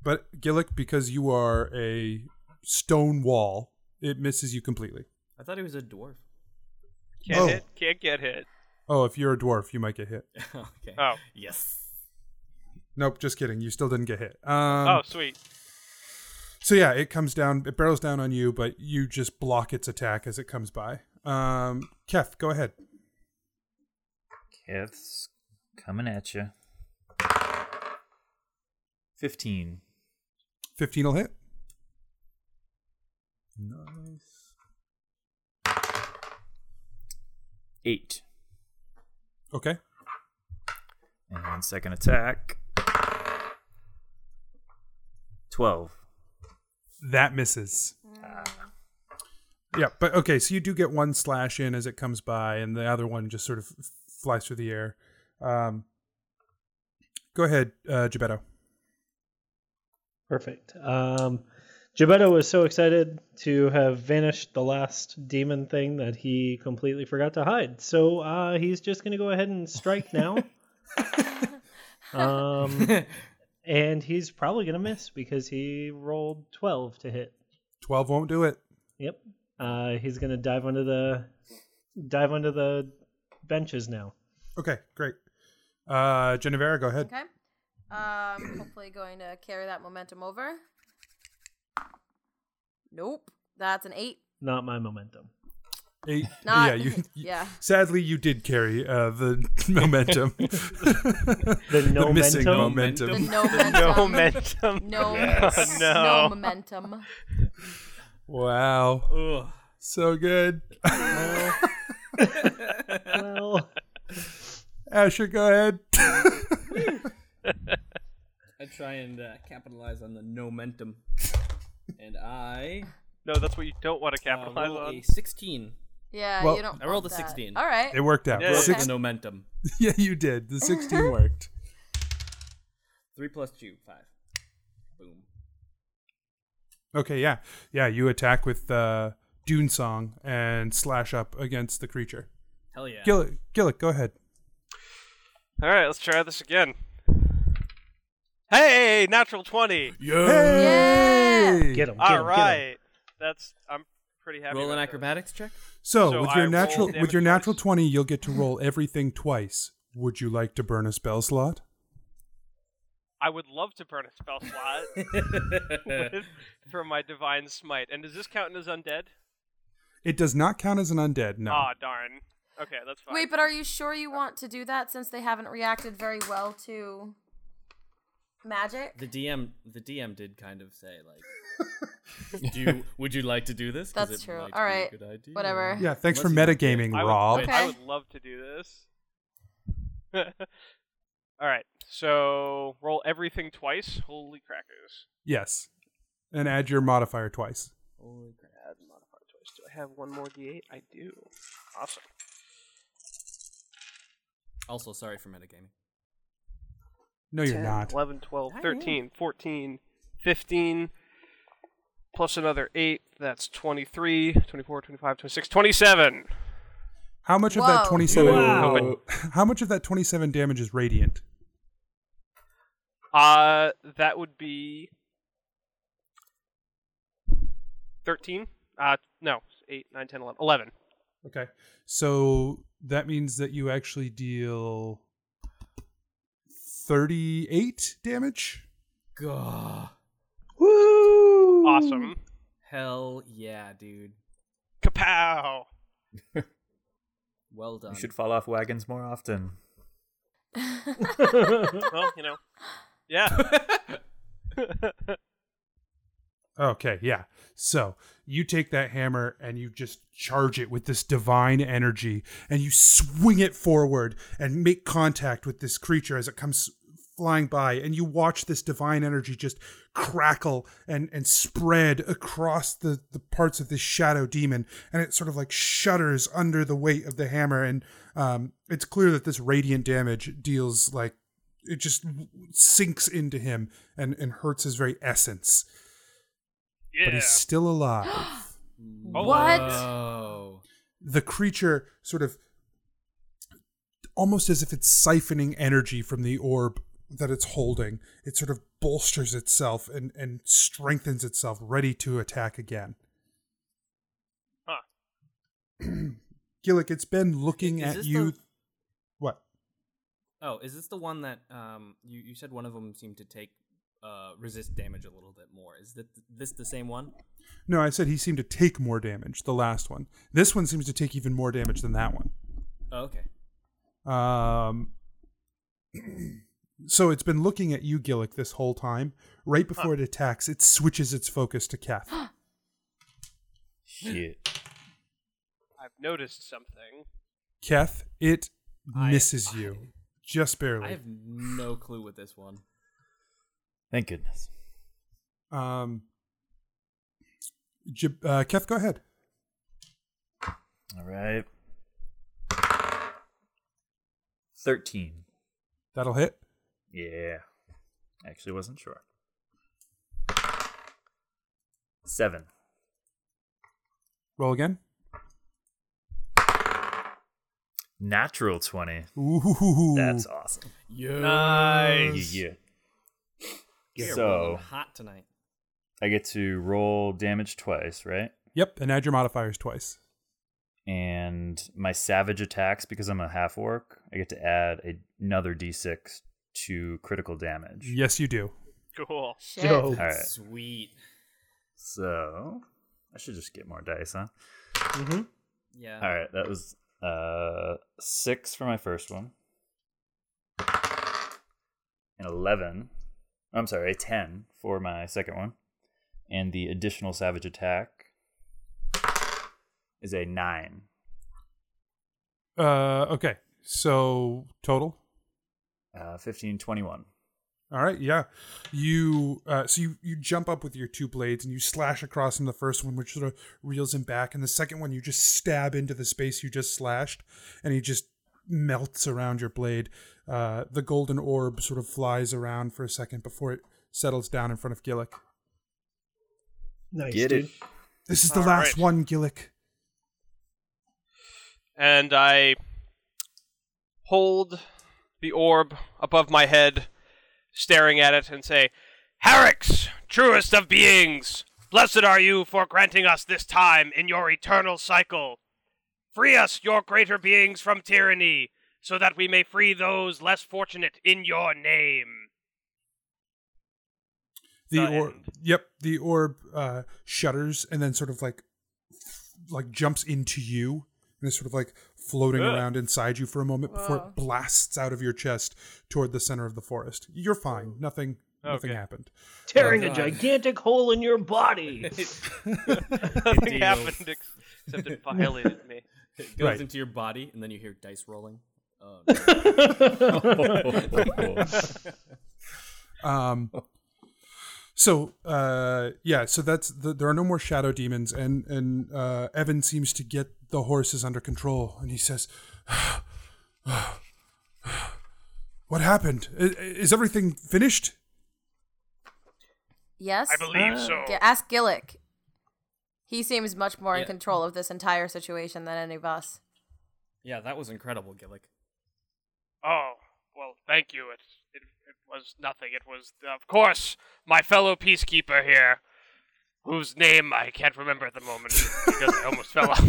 S1: But Gillick, because you are a stone wall, it misses you completely.
S6: I thought he was a dwarf.
S4: Can't
S1: Oh.
S4: hit. Can't get hit.
S1: Oh, if you're a dwarf, you might get hit.
S6: okay.
S4: Oh.
S6: Yes.
S1: Nope, just kidding. You still didn't get hit. Um,
S4: oh, sweet.
S1: So yeah, it comes down. It barrels down on you, but you just block its attack as it comes by. Um, Kef, go ahead.
S3: Kev's coming at you. 15.
S1: Fifteen will hit.
S3: Nice. 8.
S1: Okay.
S3: And second attack. 12.
S1: That misses. Yeah, but okay, so you do get one slash in as it comes by, and the other one just sort of f- flies through the air. Um, go ahead, uh, Gebetto.
S2: Perfect. Um, Gebetto was so excited to have vanished the last demon thing that he completely forgot to hide. So uh, he's just going to go ahead and strike now. um, and he's probably going to miss because he rolled 12 to hit.
S1: 12 won't do it.
S2: Yep. Uh, he's going to dive under the dive under the benches now.
S1: Okay, great. Uh, Genevera, go ahead.
S5: Okay. Um, hopefully going to carry that momentum over. Nope, that's an eight.
S2: Not my momentum.
S1: Eight.
S5: Not
S1: yeah, you, you-
S5: yeah.
S1: Sadly, you did carry uh, the momentum.
S2: The
S1: the
S2: no
S1: missing
S2: momentum.
S1: momentum.
S5: The no momentum.
S4: No
S1: oh,
S4: momentum.
S5: No,
S4: Yes.
S5: no.
S4: No.
S5: momentum.
S1: Wow.
S6: Ugh.
S1: So good.
S2: Well,
S1: Asher, go ahead.
S6: I try and uh, capitalize on the momentum, and I
S4: No, that's what you don't want to
S6: uh,
S4: capitalize
S6: roll
S4: on.
S6: a sixteen.
S5: Yeah,
S1: Well,
S5: you don't.
S6: I rolled
S5: want
S6: a
S5: that.
S6: 16.
S5: All right.
S1: It worked out.
S4: Yeah.
S1: Six-
S6: The momentum.
S1: yeah, you did. The 16 worked.
S6: Three plus two, five. Boom.
S1: Okay, yeah. Yeah, you attack with uh, Dune Song and slash up against the creature.
S6: Hell yeah.
S1: Gillick, Gillick, go ahead.
S4: All right, let's try this again. Hey, natural twenty.
S5: Yeah.
S1: Hey!
S2: Get him. Get
S4: All
S2: him, get him.
S4: right, that's I'm pretty happy.
S6: Roll an
S4: about that.
S6: acrobatics check.
S1: So,
S4: So
S1: with
S4: I
S1: your
S4: roll
S1: natural with
S4: damage
S1: your
S4: twice.
S1: natural twenty, you'll get to roll everything twice. Would you like to burn a spell slot?
S4: I would love to burn a spell slot for my divine smite. And does this count as undead?
S1: It does not count as an undead. No.
S4: Ah, darn. Okay, that's fine.
S5: Wait, but are you sure you want to do that since they haven't reacted very well to magic?
S6: The DM, the DM did kind of say like, "Do you, would you like to do this?" 'Cause
S5: That's
S6: it
S5: true.
S6: might
S5: All
S6: be a
S5: right.
S6: good idea."
S5: Whatever.
S1: yeah. Thanks for
S6: Unless you-
S1: metagaming,
S4: I would,
S1: Rob.
S4: wait,
S5: Okay.
S4: I would love to do this. All right, so roll everything twice. Holy crackers!
S1: Yes. And add your modifier twice.
S6: Holy crap.
S4: Add modifier twice. Do I have one more d8? I do. Awesome.
S6: Also, sorry for metagaming.
S1: No, you're
S4: 10,
S1: not.
S4: 11, 12,
S6: I am.
S4: 13, 14, 15, plus another 8. That's 23, 24, 25, 26, 27.
S1: How much of that
S5: Whoa.
S1: twenty-seven?
S2: Wow.
S1: How much of that twenty-seven damage is radiant?
S4: Uh, that would be 13. Uh, no, 8, 9, 10, 11. 11.
S1: Okay. So that means that you actually deal thirty-eight damage.
S6: Gah.
S4: Awesome.
S6: Hell yeah, dude.
S4: Hmm. Kapow!
S6: Well done.
S3: You should fall off wagons more often.
S4: well, you know. Yeah.
S1: Okay, yeah. So you take that hammer and you just charge it with this divine energy and you swing it forward and make contact with this creature as it comes flying by and you watch this divine energy just crackle and and spread across the the parts of this shadow demon and it sort of like shudders under the weight of the hammer and um it's clear that this radiant damage deals like it just sinks into him and and hurts his very essence but
S4: Yeah.
S1: he's still alive.
S6: Mm.
S5: What?
S6: Whoa.
S1: the creature sort of almost as if it's siphoning energy from the orb that it's holding. It sort of bolsters itself and, and strengthens itself, ready to attack again.
S4: Huh.
S1: Gillick, it's been looking
S6: Is
S1: at
S6: this
S1: you.
S6: the-
S1: What?
S6: Oh, is this the one that um you, you said one of them seemed to take uh resist damage a little bit more? Is that this the same one?
S1: No, I said he seemed to take more damage, the last one. This one seems to take even more damage than that one.
S6: Oh, okay.
S1: Um, so it's been looking at you, Gillick, this whole time. Right before it attacks, it switches its focus to Kath.
S3: Shit.
S4: I've noticed something.
S1: Kath, it
S6: I-
S1: misses you just barely.
S6: I have no clue with this one.
S3: Thank goodness.
S1: um, Jib- uh, Keth, go ahead.
S3: All right. 13.
S1: That'll hit.
S3: Yeah. Actually wasn't sure. 7.
S1: Roll again.
S3: Natural 20.
S1: Ooh,
S3: That's awesome.
S4: Nice.
S3: Yeah.
S6: You're rolling
S3: So
S6: hot tonight.
S3: I get to roll damage twice, right?
S1: yep. And add your modifiers twice.
S3: And my savage attacks, because I'm a half orc, I get to add another d6 to critical damage.
S1: Yes, you do.
S4: Cool.
S5: Shit.
S2: Dope.
S3: All right.
S6: Sweet.
S3: So I should just get more dice, huh?
S6: Yeah.
S3: All right, that was uh six for my first one, and eleven. oh, I'm sorry, a ten for my second one, and the additional savage attack is a nine.
S1: Uh, okay. So total.
S3: Uh, 15, 21.
S1: All right, yeah. You uh, so you you jump up with your two blades and you slash across in the first one, which sort of reels him back, and the second one you just stab into the space you just slashed, and he just melts around your blade. Uh, the golden orb sort of flies around for a second before it settles down in front of Gillick.
S2: Nice,
S3: Get
S2: dude.
S3: it.
S1: This is the last
S4: right.
S1: one, Gillick.
S4: and I hold the orb above my head, staring at it, and say, Herrix, truest of beings, blessed are you for granting us this time in your eternal cycle. Free us, your greater beings, from tyranny, so that we may free those less fortunate in your name.
S1: The
S4: The
S1: orb.
S4: end.
S1: Yep. The orb uh, shudders and then sort of like, like jumps into you and is sort of like floating
S4: Ugh.
S1: around inside you for a moment before
S5: Wow.
S1: it blasts out of your chest toward the center of the forest. You're fine. Nothing. Nothing
S4: Okay.
S1: happened.
S2: tearing a
S6: God.
S2: gigantic hole in your body.
S4: Nothing
S6: Indeed.
S4: happened ex- except it violated me.
S6: It goes
S1: Right.
S6: into your body, and then you hear dice rolling. Oh,
S1: Um, so uh, yeah, so that's the, there are no more shadow demons, and and uh, Evan seems to get the horses under control, and he says, "What happened? I- i- Is everything finished?"
S5: Yes.
S4: I believe so.
S5: G- ask Gillick. He seems much more in
S6: Yeah.
S5: control of this entire situation than any of us.
S6: yeah, that was incredible, Gillick.
S4: Oh, well, thank you. It, it, it was nothing. It was, of course, my fellow peacekeeper here, whose name I can't remember at the moment because I almost fell off.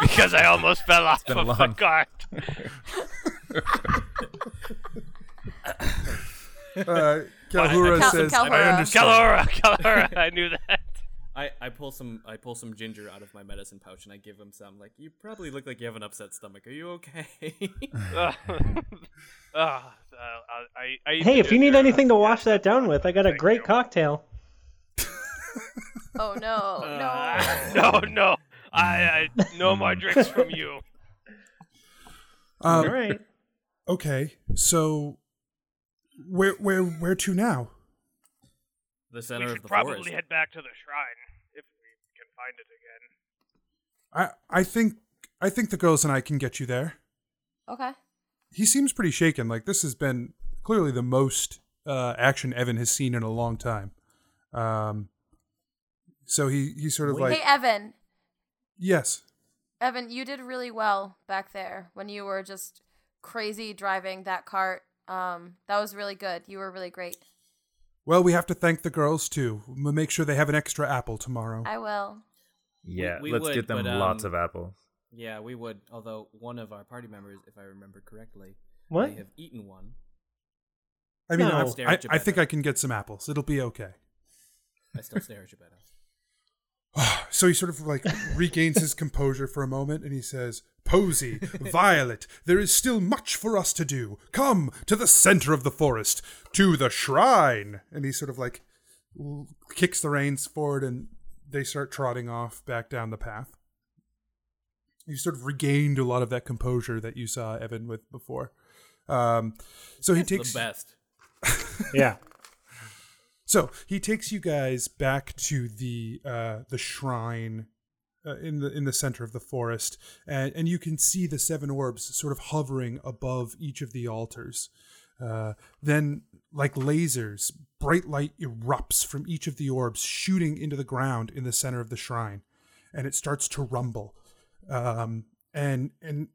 S4: because I almost fell off
S3: been
S4: of the
S3: long.
S4: cart.
S1: Uh, Kalhura
S5: Cal-
S1: says,
S5: Kalhura.
S1: "I understand."
S4: Kalora, Kalora, I knew that.
S6: I, I pull some I pull some ginger out of my medicine pouch and I give him some. Like you probably look like you have an upset stomach. Are you okay?
S4: Ugh. Ugh, uh, I, I,
S2: hey, if you need anything to wash that down with, I got a great cocktail.
S5: Oh no,
S1: Uh.
S5: no.
S4: No, no. I, I no more drinks from you.
S2: All
S1: Um,
S2: right.
S1: "Okay, so where where where to now?"
S6: the
S4: We
S6: center of
S4: should
S6: the
S4: probably
S6: forest.
S4: head back to the shrine if we can find it again.
S1: I I think I think the girls and I can get you there.
S5: Okay.
S1: he seems pretty shaken. Like this has been clearly the most uh, action Evan has seen in a long time. Um, so he he sort of like
S5: hey Evan,
S1: yes,
S5: Evan, you did really well back there when you were just crazy driving that cart. Um, that was really good. You were really great.
S1: well we have to thank the girls too. We'll make sure they have an extra apple tomorrow.
S5: I will.
S3: Yeah,
S6: we
S3: let's
S6: would,
S3: get them
S6: but, um,
S3: lots of apples.
S6: Yeah, we would. Although one of our party members, if I remember correctly,
S2: What?
S6: may have eaten one.
S1: I mean,
S2: No.
S1: I've-
S6: Stare
S1: I,
S6: at
S1: I think
S6: Geppetto.
S1: I can get some apples. It'll be okay.
S6: I still stare at Gebetto.
S1: So he sort of like regains his composure for a moment and he says, Posy, Violet, there is still much for us to do. Come to the center of the forest, to the shrine. And he sort of like l- kicks the reins forward and they start trotting off back down the path. You sort of regained a lot of that composure that you saw Evan with before. Um, so he takes
S6: the best.
S2: Yeah.
S1: so he takes you guys back to the uh, the shrine uh, in the in the center of the forest, and and you can see the seven orbs sort of hovering above each of the altars. Uh, then, like lasers, bright light erupts from each of the orbs, shooting into the ground in the center of the shrine, and it starts to rumble. Um, and and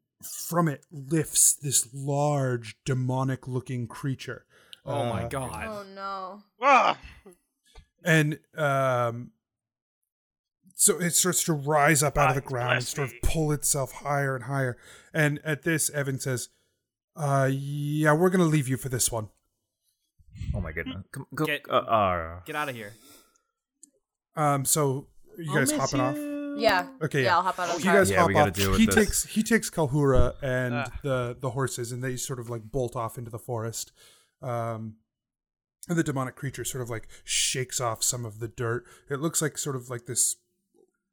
S1: from it lifts this large demonic-looking creature.
S6: Oh my
S1: Uh,
S6: god.
S5: Oh no.
S4: Ah,
S1: and um so it starts to rise up out of the
S4: Ah,
S1: ground and
S4: bless
S1: sort of
S4: me.
S1: pull itself higher and higher and at this evan says uh yeah we're gonna leave you for this one
S3: Oh my goodness. Come, go,
S6: Get-
S3: uh, uh,
S6: Get out of here.
S1: um so are you
S2: I'll
S1: guys
S2: miss
S1: hopping off
S2: you.
S5: Yeah.
S1: Okay,
S5: Yeah,
S1: yeah. Oh,
S5: I'll hop out of the
S1: you
S5: cart.
S1: guys
S3: Yeah,
S1: hop
S3: we gotta
S1: off.
S3: deal with
S1: He
S3: this.
S1: takes he takes Kalhura and
S4: Ah.
S1: the the horses, and they sort of like bolt off into the forest. Um, and the demonic creature sort of like shakes off some of the dirt. It looks like sort of like this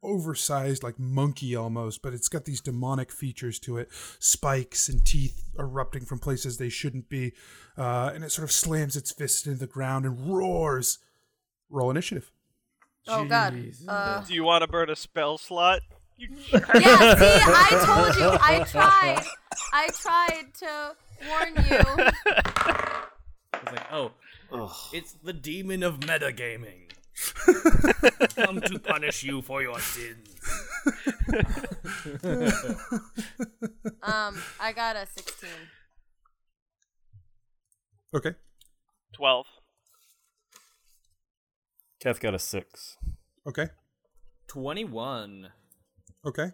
S1: oversized like monkey almost, but it's got these demonic features to it, spikes and teeth erupting from places they shouldn't be. Uh, and it sort of slams its fist into the ground and roars. Roll initiative.
S5: Oh god. Uh,
S4: do you want to burn a spell slot? You
S5: yeah, see, I told you. I tried. I tried to warn you.
S6: It's like, oh, It's the demon of metagaming. Come to punish you for your sins.
S5: Um, I got a 16.
S1: Okay.
S4: 12.
S3: Kev got a six.
S1: Okay.
S6: 21.
S1: Okay.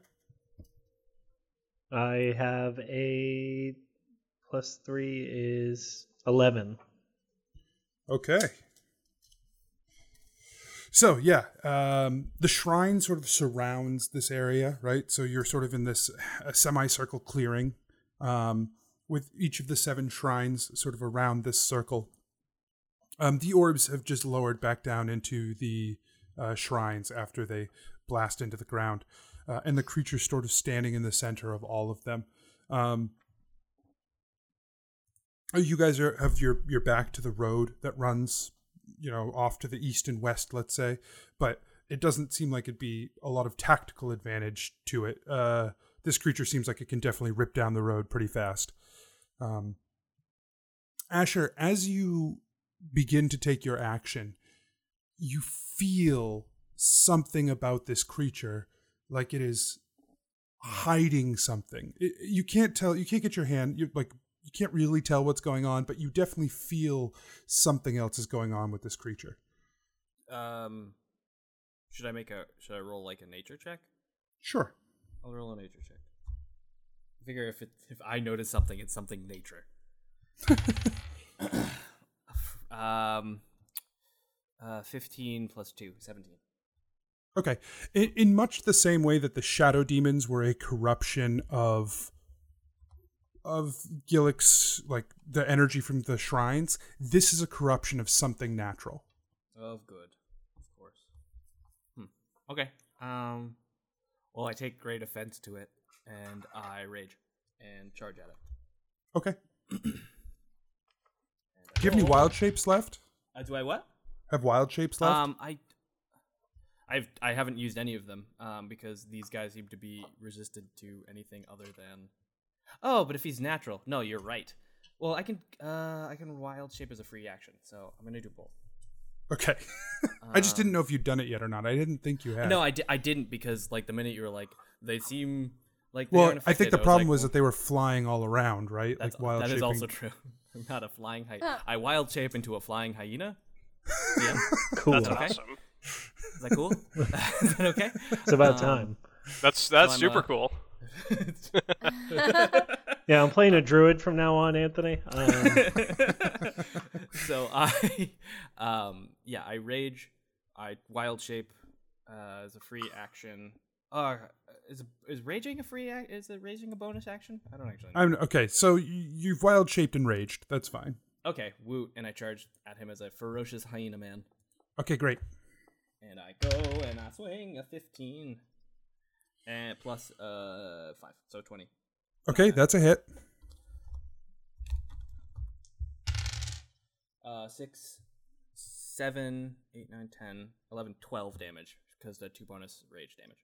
S2: I have a plus three is eleven.
S1: Okay. So yeah, um, the shrine sort of surrounds this area, right? So you're sort of in this uh, semicircle clearing, um, with each of the seven shrines sort of around this circle. Um, the orbs have just lowered back down into the uh, shrines after they blast into the ground, uh, and the creature sort of standing in the center of all of them. Um, Oh, you guys are have your your back to the road that runs you know off to the east and west let's say but it doesn't seem like it'd be a lot of tactical advantage to it uh this creature seems like it can definitely rip down the road pretty fast um asher as you begin to take your action you feel something about this creature like it is hiding something It- you can't tell you can't get your hand you like you can't really tell what's going on, but you definitely feel something else is going on with this creature.
S6: Um, should I make a? Should I roll like a nature check?
S1: Sure.
S6: I'll roll a nature check. I figure if it, if I notice something, it's something nature. um, uh, fifteen plus two, 17.
S1: Okay. In, in much the same way that the shadow demons were a corruption of of Gillick's like the energy from the shrines, this is a corruption of something natural.
S6: Of good, of course. Hmm. Okay. Um. Well, I take great offense to it, and I rage and charge at it.
S1: Okay.
S6: And I
S1: Do you have any
S6: roll.
S1: wild shapes left?
S6: Uh, do I what?
S1: Have wild shapes left?
S6: Um, I, I've I haven't used any of them um, because these guys seem to be resistant to anything other than. Oh, but if he's natural, no, you're right. Well, I can uh, I can wild shape as a free action, so I'm gonna do both.
S1: okay. I just didn't
S6: Um,
S1: know if you'd done it yet or not. I didn't think you had.
S6: No, I, di- I didn't because like the minute you were like they seem like they
S1: well,
S6: aren't
S1: I think
S6: affected,
S1: the problem was,
S6: like,
S1: that they were flying all around, right?
S6: That's,
S1: like wild
S6: that is
S1: shaping.
S6: also true. I'm not a flying hyena. I wild shape into a flying hyena. Yeah.
S2: Cool.
S4: That's
S6: Okay.
S4: awesome.
S6: Is that cool? is that okay?
S2: It's about
S6: Um,
S2: time.
S4: That's that's
S6: I'm,
S4: super
S6: uh,
S4: cool.
S2: Yeah, I'm playing a druid from now on, Anthony. Um,
S6: so I, um, yeah, I rage. I wild shape uh, as a free action. Or is is raging a free? Ac- is it raging a bonus action? I don't actually. know.
S1: I'm okay. So y- you've wild shaped and raged. That's fine.
S6: Okay, woot, and I charge at him as a ferocious hyena man.
S1: Okay, great.
S6: And I go and I swing a 15. And plus uh 5, so 20.
S1: Okay, that's a hit.
S6: Uh 6 7 eight, nine, 10 11 12 damage because the two bonus rage damage.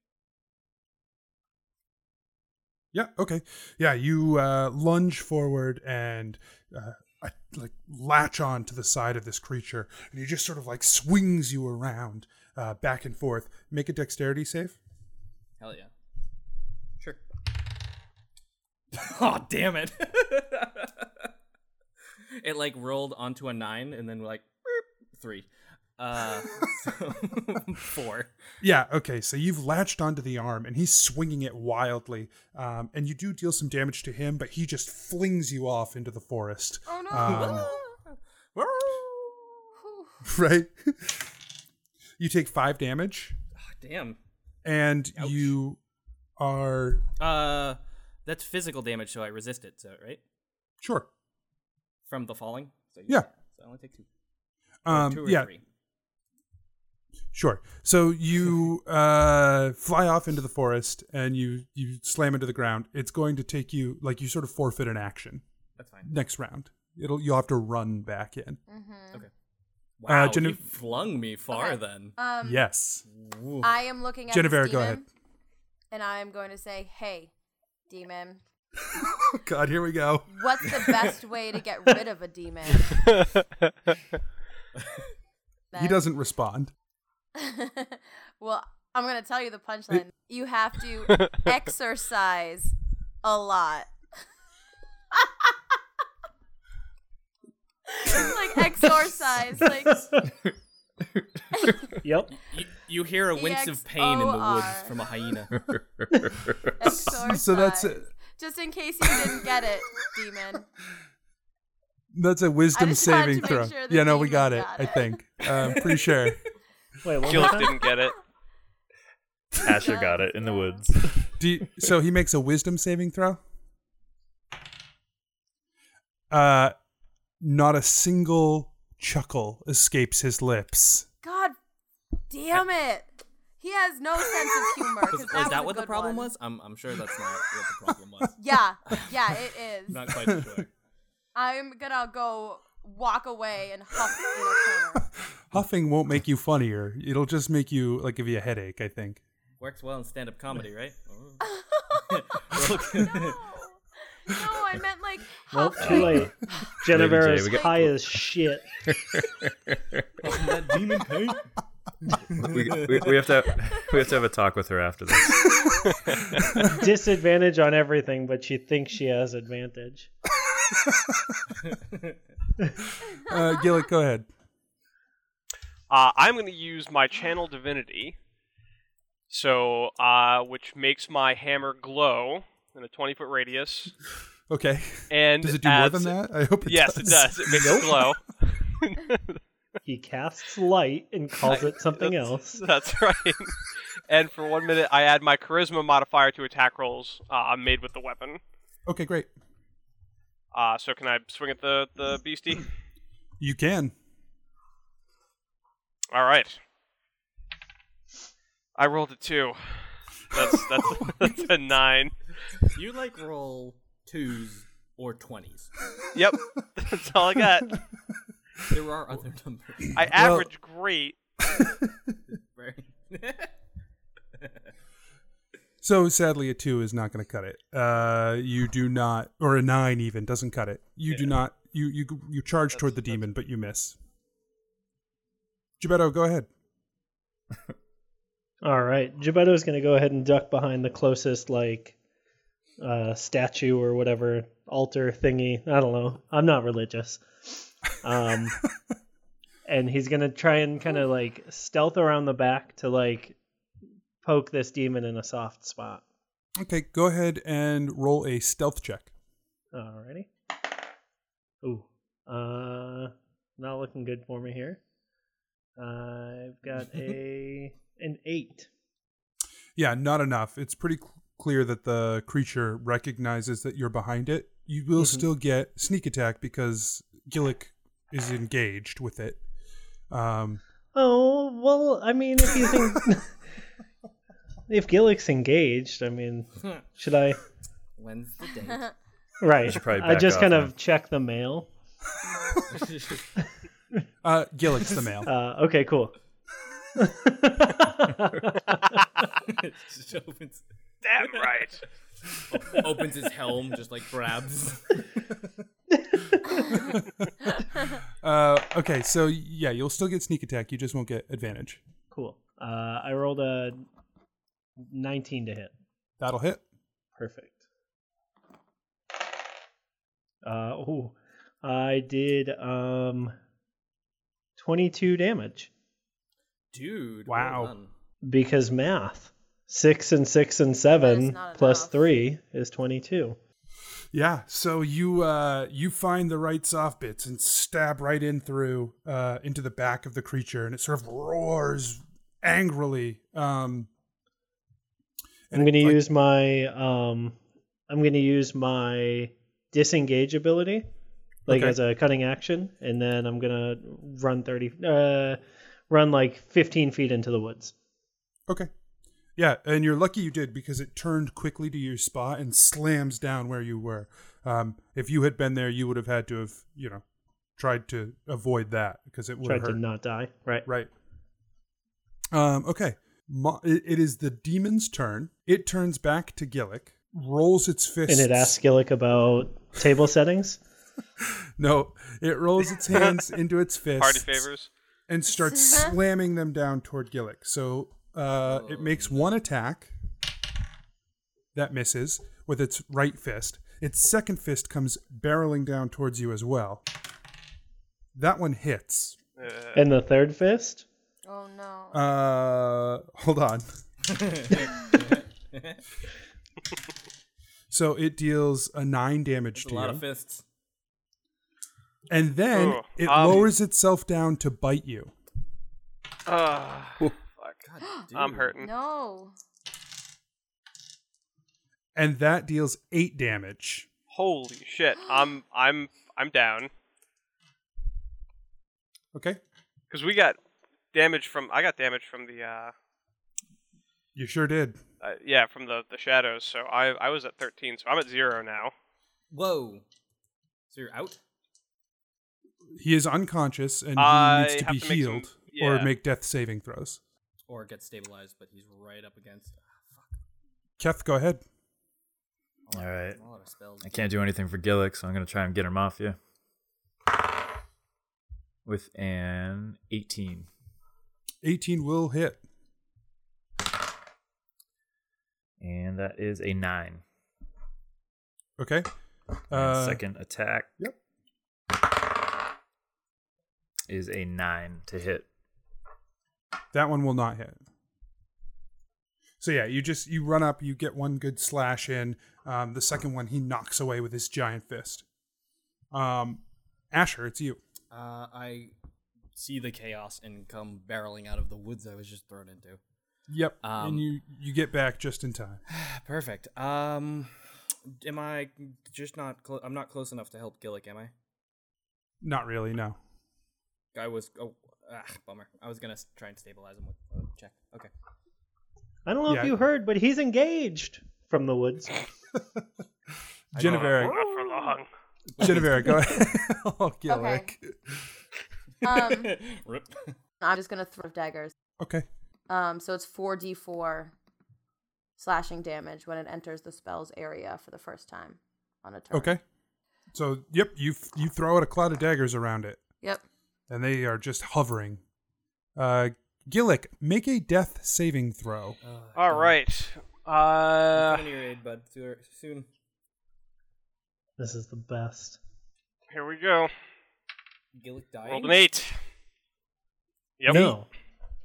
S1: Yeah. Okay. Yeah. You uh, lunge forward and uh, I, like latch on to the side of this creature, and he just sort of like swings you around uh, back and forth. Make a dexterity save.
S6: Hell yeah. Sure. oh, damn it. it like rolled onto a 9 and then like beep, 3. Uh so 4.
S1: Yeah. Okay. So you've latched onto the arm, and he's swinging it wildly, um, and you do deal some damage to him, but he just flings you off into the forest.
S5: Oh no!
S1: Um,
S6: Ah,
S5: Whew.
S1: right. you take five damage.
S6: Ah, damn.
S1: and you are
S6: Uh, that's physical damage, so I resist it. So right
S1: sure.
S6: from the falling. So
S1: Yeah.
S6: So I only take two. or two
S1: Um,
S6: or
S1: yeah,
S6: Three.
S1: sure. So you uh, fly off into the forest and you you slam into the ground. It's going to take you like you sort of forfeit an action
S6: That's fine.
S1: next round. It'll you'll have to run back in.
S6: Wow,
S1: Gene-
S6: you flung me far
S5: Okay. uh,
S6: then.
S5: Um,
S1: yes.
S6: Woo.
S5: I am looking at
S1: Genevera,
S5: this
S1: go
S5: demon,
S1: ahead.
S5: and I am going to say, "Hey, demon,
S1: Oh, God, here we go.
S5: what's the best way to get rid of a demon?" Then-
S1: He doesn't respond.
S5: well, I'm gonna tell you the punchline. You have to exercise a lot. like exorcise, like
S2: Yep.
S6: You, you hear a wince of pain in the woods
S5: EXOR.
S6: from a hyena.
S5: exorcise.
S1: So that's a,
S5: Just in case you didn't get it, demon.
S1: that's a wisdom
S5: just wanted to
S1: saving
S5: make
S1: throw.
S5: sure that
S1: yeah, no, we
S5: Demon
S1: got it.
S5: got
S1: I
S5: it.
S1: think. Uh, I'm pretty sure.
S2: Wait, one more
S4: Gillis
S2: time?
S4: didn't get it.
S3: Asher got it in
S6: Oh
S3: the woods.
S1: Do you, so he makes a wisdom saving throw. Uh, not a single chuckle escapes his lips.
S5: God damn it! He has no sense of humor. 'cause
S6: Was, was
S5: that,
S6: that
S5: a
S6: what the
S5: good
S6: problem
S5: one.
S6: was? I'm, I'm sure that's not what the problem was.
S5: Yeah, yeah, it is.
S6: Not quite sure.
S5: I'm gonna go walk away and huff in a corner.
S1: Huffing won't make you funnier. It'll just make you like give you a headache. I think.
S6: Works well in stand-up comedy, right? Oh.
S5: No, no, I meant like
S2: Nope,
S5: huff.
S2: too late. Genevera
S3: Jay,
S2: is
S3: we got-
S2: high as shit.
S6: that demon pain.
S3: we, we, we have to we have to have a talk with her after this.
S2: Disadvantage on everything, but she thinks she has advantage.
S1: Uh, Gillick, go ahead.
S4: Uh, I'm going to use my channel divinity, so uh, which makes my hammer glow in a 20 foot radius.
S1: Okay.
S4: And
S1: Does it do more than
S4: adds-
S1: that? I hope it
S4: yes,
S1: does.
S4: it does. It makes it glow.
S2: He casts light and calls it something else.
S4: That's right. and for one minute, I add my charisma modifier to attack rolls uh, made with the weapon.
S1: Okay, great.
S4: Uh, so can I swing at the the beastie?
S1: You can.
S4: All right. I rolled a two. That's that's, that's a nine.
S6: You like roll twos or twenties.
S4: Yep, that's all I got.
S6: There are other numbers.
S4: I average great.
S1: So sadly, a two is not going to cut it. Uh, you do not, or a nine even doesn't cut it. You do not. You you you charge toward the demon, but you miss. Gebetto, go ahead.
S2: All right, Gebetto's going to go ahead and duck behind the closest like uh, statue or whatever altar thingy. I don't know. I'm not religious. Um, and he's going to try and kind of like stealth around the back to like poke this demon in a soft spot.
S1: Okay, go ahead and roll a stealth check.
S2: Alrighty. Ooh. Uh not looking good for me here. I've got a an eight.
S1: Yeah, not enough. It's pretty cl- clear that the creature recognizes that you're behind it. You will still get sneak attack because Gillick is engaged with it. Um,
S2: Oh well I mean if you think if Gillick's engaged, I mean should I
S6: When's the date?
S2: Right.
S3: probably
S2: I
S3: back
S2: just
S3: off
S2: kind
S3: now.
S2: of check the mail.
S1: uh, Gillick's the male.
S2: Uh okay, cool.
S6: It just opens,
S4: Damn right.
S6: opens his helm, just like grabs.
S1: Uh, okay, so yeah, you'll still get sneak attack. You just won't get advantage.
S2: cool. Uh I rolled a nineteen to hit.
S1: That'll hit.
S2: Perfect. Uh, oh, I did um, 22 damage
S6: Dude. well
S1: Wow.
S6: done.
S2: because math. Six and six and
S5: That is
S2: seven
S5: not
S2: plus
S5: enough.
S2: three is 22.
S1: Yeah. So you uh, you find the right soft bits and stab right in through uh, into the back of the creature, and it sort of roars angrily. Um,
S2: I'm going to
S1: like-
S2: use my um, I'm going to use my disengage ability, like
S1: Okay.
S2: as a cutting action, and then I'm going to run 30, uh, run like 15 feet into the woods.
S1: Okay. Yeah, and you're lucky you did because it turned quickly to your spot and slams down where you were. Um, if you had been there, you would have had to have you know tried to avoid that because it would have
S2: Tried
S1: hurt.
S2: to not die, right?
S1: Right. Um, okay. Mo- it, it is the demon's turn. It turns back to Gillick, rolls its fist.
S2: And it asks Gillick about table settings.
S1: no, it rolls its hands into its fists
S4: Party favors.
S1: and starts slamming them down toward Gillick. So uh, it makes one attack that misses with its right fist. Its second fist comes barreling down towards you as well. That one hits.
S2: And the third fist?
S5: Oh no.
S1: Uh, hold on. so it deals a nine damage
S6: It's a
S1: to
S6: lot
S1: you,
S6: of fists.
S1: and then
S4: Ugh.
S1: it
S4: Um,
S1: lowers itself down to bite you.
S4: Ugh, Ah, fuck. I'm hurting.
S5: No.
S1: and that deals eight damage.
S4: Holy shit. I'm I'm I'm down.
S1: Okay.
S4: Because we got damage from I got damage from the uh,
S1: You sure did.
S4: uh yeah, from the the shadows, so I I was at thirteen, so I'm at zero now.
S6: Whoa. So you're out?
S1: He is unconscious and he
S4: I
S1: needs to
S4: have
S1: be
S4: to make some-
S1: healed
S4: yeah.
S1: or make death saving throws.
S6: Or get stabilized, but he's right up against.
S1: Keth, go ahead.
S3: All right.
S6: All of our spells.
S3: I can't do anything for Gillick, so I'm going to try and get him off you. With an 18.
S1: 18 will hit.
S3: And that is a 9.
S1: Okay.
S3: And
S1: Uh,
S3: second attack.
S1: yep.
S3: Is a 9 to hit.
S1: That one will not hit. So yeah, you just you run up, you get one good slash in. Um, the second one he knocks away with his giant fist. Um, Asher, it's you.
S6: Uh, I see the chaos and come barreling out of the woods I was just thrown into.
S1: Yep.
S6: Um,
S1: and you you get back just in time.
S6: Perfect. Um, am I just not? Cl- I'm not close enough to help Gillick, am I?
S1: Not really, no.
S6: I was. Oh, ah, bummer. I was gonna s- try and stabilize him with a check. Okay.
S2: I don't know
S1: Yeah.
S2: if you heard, but he's engaged from the woods.
S1: Genevera,
S4: Not for long.
S1: Genevera, go ahead. oh, Gillick.
S5: Um,
S6: Rip.
S5: I'm just gonna throw daggers.
S1: Okay.
S5: Um, so it's four d four slashing damage when it enters the spell's area for the first time on a turn.
S1: Okay. So, yep, you f- you throw out a cloud of daggers around it,
S5: Yep.
S1: and they are just hovering. Uh, Gillick, make a death saving throw.
S4: All right. Uh,
S6: Coming to your aid, bud. soo- Soon.
S2: This is the best.
S4: here we go.
S6: Gillick died.
S4: Rolled an eight. Yep.
S2: No.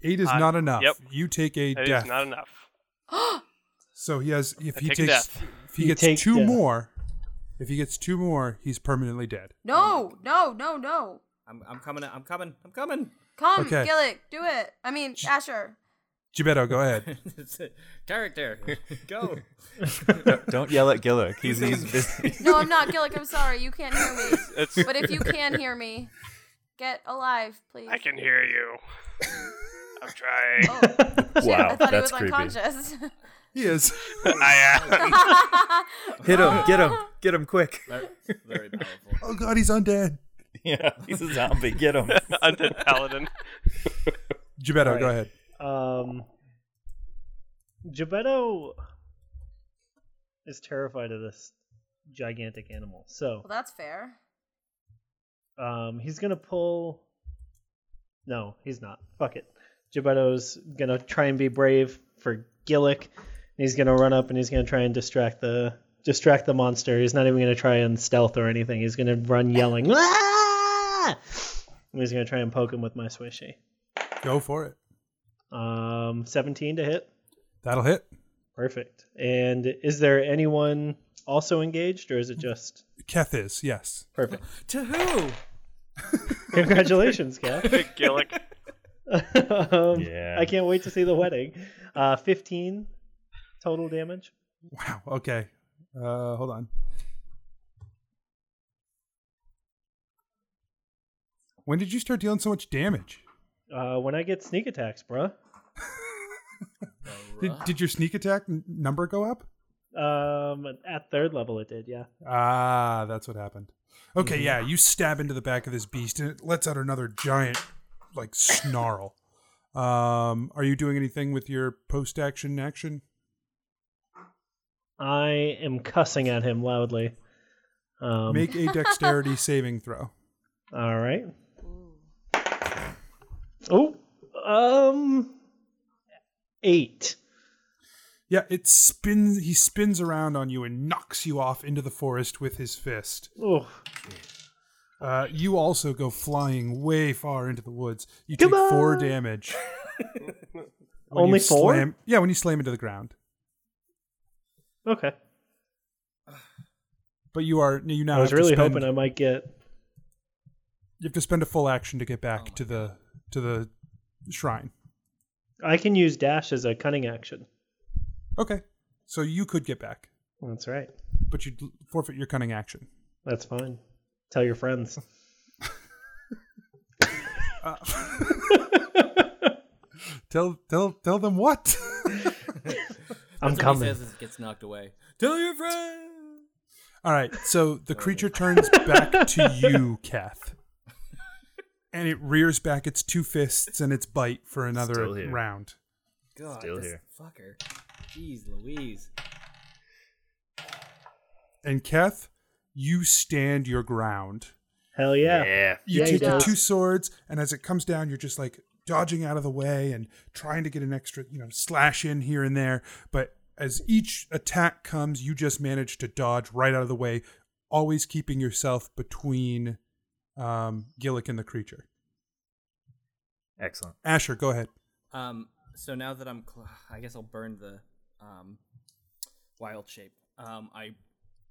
S1: Eight is
S4: Uh,
S1: not enough.
S4: yep.
S1: You take a
S4: That is
S1: death.
S4: not enough.
S1: so he has if
S4: I
S1: he
S4: take
S1: takes
S4: death.
S1: if he
S2: You
S1: gets
S2: take
S1: two
S2: death.
S1: more, if he gets two more, he's permanently dead.
S6: Oh
S5: No, no, no, no.
S6: I'm, I'm coming. I'm coming. I'm coming.
S5: Come,
S1: Okay.
S5: Gillick, do it. I mean, Asher.
S1: Gibetto, go ahead.
S6: It's a Character. Go.
S3: Don't yell at Gillick. He's, he's busy.
S5: No, I'm not Gillick. I'm sorry, you can't hear me.
S4: It's
S5: But if you can hear me, get alive, please.
S4: I can hear you. I'm trying.
S5: Oh, shit, I
S3: wow,
S5: thought he
S3: that's
S5: was
S3: creepy.
S5: unconscious.
S1: he is.
S4: I am.
S3: Hit him, get him, get him quick.
S6: Very, very powerful.
S1: Oh God, he's undead.
S3: Yeah, he's a zombie. Get him.
S4: undead paladin.
S1: Gibetto, go ahead.
S2: Um, Gebetto is terrified of this gigantic animal. So
S5: well, that's fair.
S2: um, he's going to pull. No, he's not. Fuck it. Gebetto's going to try and be brave for Gillick. He's going to run up and he's going to try and distract the. Distract the monster. He's not even going to try and stealth or anything. He's going to run yelling. "Ah!" And he's going to try and poke him with my swishy.
S1: Go for it.
S2: Um, 17 to hit.
S1: That'll hit.
S2: Perfect. And is there anyone also engaged, or is it just
S1: Keth is yes.
S2: perfect?
S6: to who?
S2: Congratulations, Cal.
S4: Gillick.
S2: um,
S3: Yeah.
S2: I can't wait to see the wedding. Uh, 15 total damage.
S1: Wow. Okay. Uh, hold on. When did you start dealing so much damage?
S2: Uh, when I get sneak attacks, bruh.
S1: Did, did your sneak attack n- number go up?
S2: Um, at third level, it did, yeah.
S1: Ah, that's what happened. Okay,
S2: Mm-hmm.
S1: yeah, you stab into the back of this beast and it lets out another giant, like, snarl. Um, are you doing anything with your post action action?
S2: I am cussing at him loudly. Um,
S1: Make a dexterity saving throw.
S2: all right. Oh, um, eight.
S1: Yeah, it spins. He spins around on you and knocks you off into the forest with his fist.
S2: Oh,
S1: Uh, you also go flying way far into the woods. You
S2: Come
S1: take four
S2: on.
S1: damage. when you
S2: only four.
S1: Slam, yeah, when you slam into the ground.
S2: Okay.
S1: But you are you now.
S2: I was
S1: have to
S2: really
S1: spend-
S2: hoping I might get.
S1: You have to spend a full action to get
S3: Oh
S1: back to the to the shrine.
S2: I can use dash as a cunning action.
S1: Okay, so you could get back,
S2: That's right.
S1: but you'd forfeit your cunning action.
S2: That's fine. Tell your friends.
S1: Tell tell tell them what?
S2: I'm
S6: That's what he
S2: coming.
S6: says as it gets knocked away. Tell your friend.
S1: All right. So the creature turns back to you, Kath, and it rears back its two fists and its bite for another
S3: Still here.
S1: round.
S6: God,
S3: Still
S6: this
S3: here.
S6: fucker. Jeez, Louise.
S1: And Kath, you stand your ground.
S2: Hell yeah.
S3: Yeah.
S1: You
S2: Yeah, he
S1: take your
S2: does.
S1: two swords, and as it comes down, you're just like dodging out of the way and trying to get an extra, you know, slash in here and there. But as each attack comes, you just manage to dodge right out of the way, always keeping yourself between um, Gillick and the creature.
S3: Excellent.
S1: Asher, go ahead.
S6: Um, so now that I'm, cl- I guess I'll burn the um, wild shape. Um, I,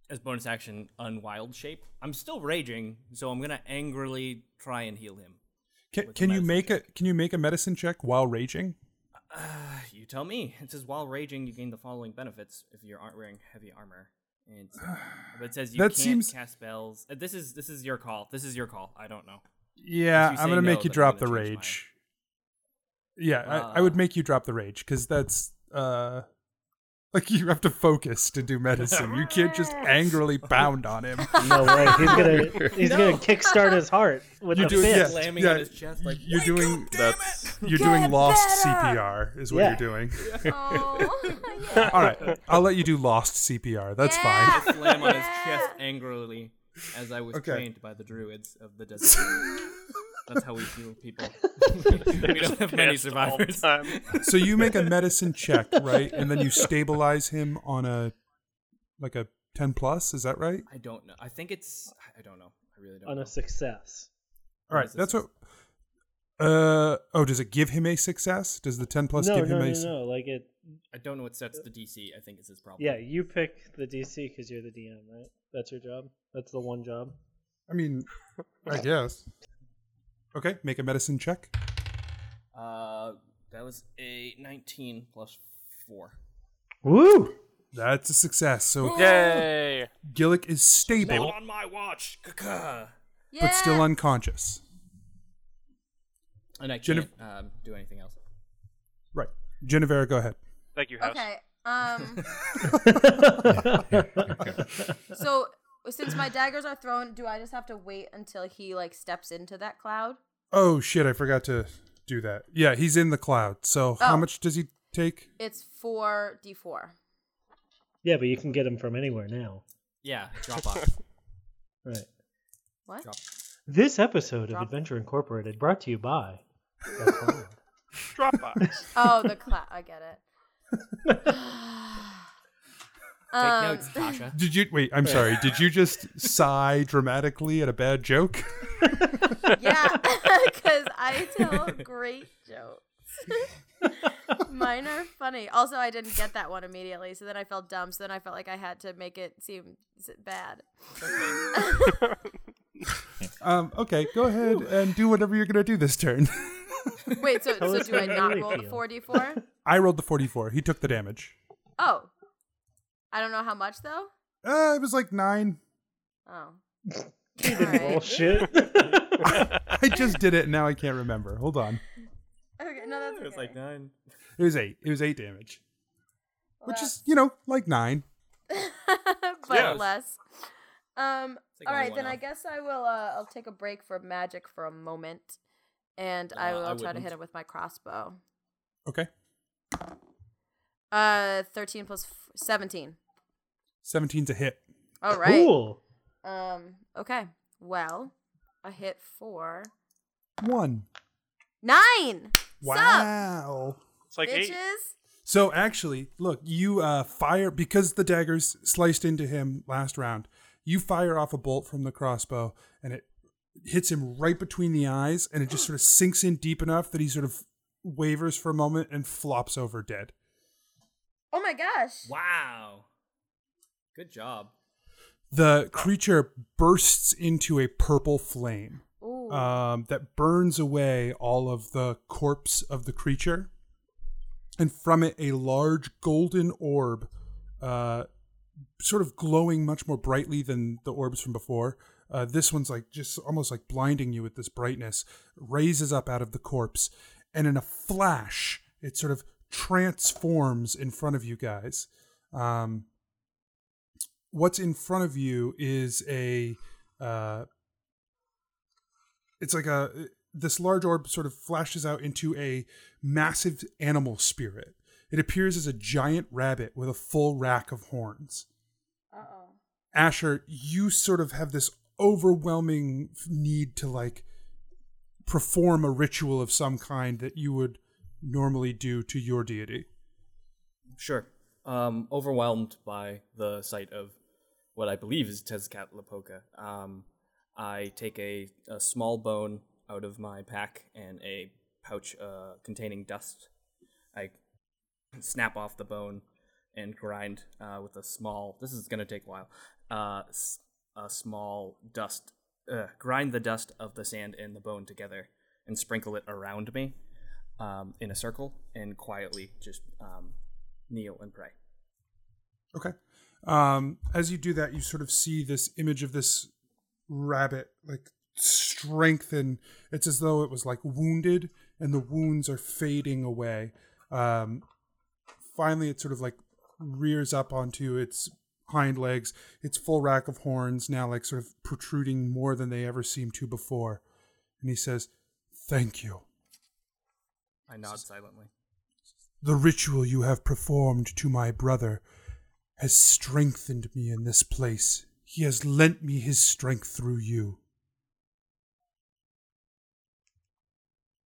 S6: as bonus action, unwild shape. I'm still raging, so I'm gonna angrily try and heal him.
S1: Can,
S6: With the
S1: can you
S6: medicine
S1: make a can you make a medicine check while raging?
S6: Uh, you tell me. It says while raging, you gain the following benefits if you aren't wearing heavy armor. And but it says you
S1: That
S6: can't
S1: seems-
S6: cast spells. Uh, This is this is your call. This is your call. I don't know.
S1: Yeah,
S6: If
S1: I'm
S6: you say
S1: gonna
S6: no,
S1: make you
S6: then I'm
S1: drop the
S6: gonna change mine.
S1: rage. Yeah, I, I would
S6: Ah.
S1: make you drop the rage because that's uh, like you have to focus to do medicine. you can't just angrily pound on him.
S2: No way. He's gonna he's gonna kickstart his heart with
S1: You're
S2: a
S1: doing
S2: fist.
S1: yeah,
S6: Slamming
S1: yeah,
S6: on his chest like,
S1: you're doing
S3: That's
S1: you're
S5: Get
S1: doing lost
S5: better!
S1: CPR is what
S2: Yeah.
S1: you're doing.
S5: Oh,
S1: All right, I'll let you do lost CPR. That's
S5: Yeah.
S1: fine.
S6: slam on his chest angrily, as I was
S1: Okay.
S6: trained by the druids of the desert. That's how we heal people. we don't have many
S4: Pissed all the
S6: survivors.
S4: time.
S1: So you make a medicine check, right, and then you stabilize him on a like a ten plus. Is that right?
S6: I don't know. I think it's. I don't know. I really don't.
S2: on
S6: know.
S2: a success.
S1: All right,
S6: What is
S1: that's
S6: this?
S1: what. Uh oh, does it give him a success? Does the ten plus
S2: no,
S1: give
S2: no,
S1: him
S2: no,
S1: a?
S2: no. Like it.
S6: I don't know what sets the DC. I think is his problem.
S2: Yeah, you pick the DC because you're the DM, right? That's your job. That's the one job.
S1: I mean, I guess. Okay, make a medicine check.
S6: Uh, that was a 19 plus four.
S2: Woo!
S1: That's a success. So
S4: Yay!
S1: Gillick is stable
S6: on my watch. Ka-ka.
S5: Oh, yeah.
S1: but still unconscious.
S6: And I can't
S1: Jennifer-
S6: um, do anything else.
S1: Right, Genevera, go ahead.
S4: Thank you, House.
S5: Okay. Um. so since my daggers are thrown, do I just have to wait until he like steps into that cloud?
S1: Oh shit, I forgot to do that. Yeah, he's in the cloud. So how
S5: Oh.
S1: much does he take?
S5: It's four d four.
S2: Yeah, but you can get him from anywhere now.
S6: Yeah, drop off.
S2: Right.
S5: What?
S6: Drop.
S2: This episode of
S5: Drop-
S2: Adventure Incorporated brought to you by.
S4: Dropbox.
S5: Oh, the cloud. I get it.
S6: Take
S5: Um,
S6: notes, Tasha.
S1: Did you wait? I'm sorry. Did you just sigh dramatically at a bad joke?
S5: Yeah, because I tell great jokes. Mine are funny. Also, I didn't get that one immediately, so then I felt dumb. So then I felt like I had to make it seem s- bad.
S1: Um, okay, go ahead and do whatever you're gonna do this turn.
S5: Wait, so, so
S2: us
S5: do I
S2: how you
S5: not
S2: really
S5: roll the
S2: feel.
S5: four d four?
S1: I rolled the 44. He took the damage.
S5: Oh, I don't know how much though.
S1: Uh, it was like nine.
S5: Oh, all
S2: Oh,
S5: right.
S2: Bullshit.
S1: I just did it, and now I can't remember. Hold on.
S5: Okay, no, that's okay.
S6: It's like nine.
S1: It was eight. It was eight damage, which
S5: Well,
S1: is you know like nine.
S5: but
S6: Yeah.
S5: less. Um.
S6: like
S5: All
S6: only
S5: right,
S6: one
S5: then I
S6: off.
S5: guess I will. Uh, I'll take a break for magic for a moment, and I
S6: Nah,
S5: will
S6: Uh,
S5: try
S6: I
S5: to hit
S6: wouldn't.
S5: him with my crossbow.
S1: Okay,
S5: Uh, thirteen plus f- seventeen.
S1: 17's a hit.
S5: All right.
S2: cool.
S5: Um. Okay. Well, a hit for
S1: One.
S5: nine. Sup,
S1: Wow.
S4: It's like eight.
S5: bitches?
S1: So actually, look, you uh, fire because the daggers sliced into him last round. You fire off a bolt from the crossbow, and it hits him right between the eyes, and it just sort of sinks in deep enough that he sort of wavers for a moment and flops over dead.
S5: Oh my gosh.
S6: Wow. Good job.
S1: The creature bursts into a purple flame
S5: Ooh.
S1: um, that burns away all of the corpse of the creature, and from it a large golden orb, uh, sort of glowing much more brightly than the orbs from before. Uh, this one's like just almost like blinding you with this brightness. Raises up out of the corpse, and in a flash, it sort of transforms in front of you guys. Um, what's in front of you is a uh, it's like a this large orb sort of flashes out into a massive animal spirit. It appears as a giant rabbit with a full rack of horns.
S5: Uh oh.
S1: Asher, you sort of have this overwhelming f- need to like perform a ritual of some kind that you would normally do to your deity.
S6: Sure. Um, overwhelmed by the sight of what I believe is Tezcatlipoca, um, I take a, a small bone out of my pack and a pouch uh, containing dust. I snap off the bone and grind uh, with a small. This is gonna take a while. Uh, s- a small dust. Uh, grind the dust of the sand and the bone together and sprinkle it around me um, in a circle and quietly just um, kneel and pray.
S1: Okay. Um, as you do that, you sort of see this image of this rabbit like strengthen. It's as though it was like wounded, and the wounds are fading away. Um, finally, it sort of like rears up onto its hind legs, its full rack of horns now like sort of protruding more than they ever seemed to before. And he says, Thank you.
S6: I nod silently.
S1: The ritual you have performed to my brother has strengthened me in this place. He has lent me his strength through you.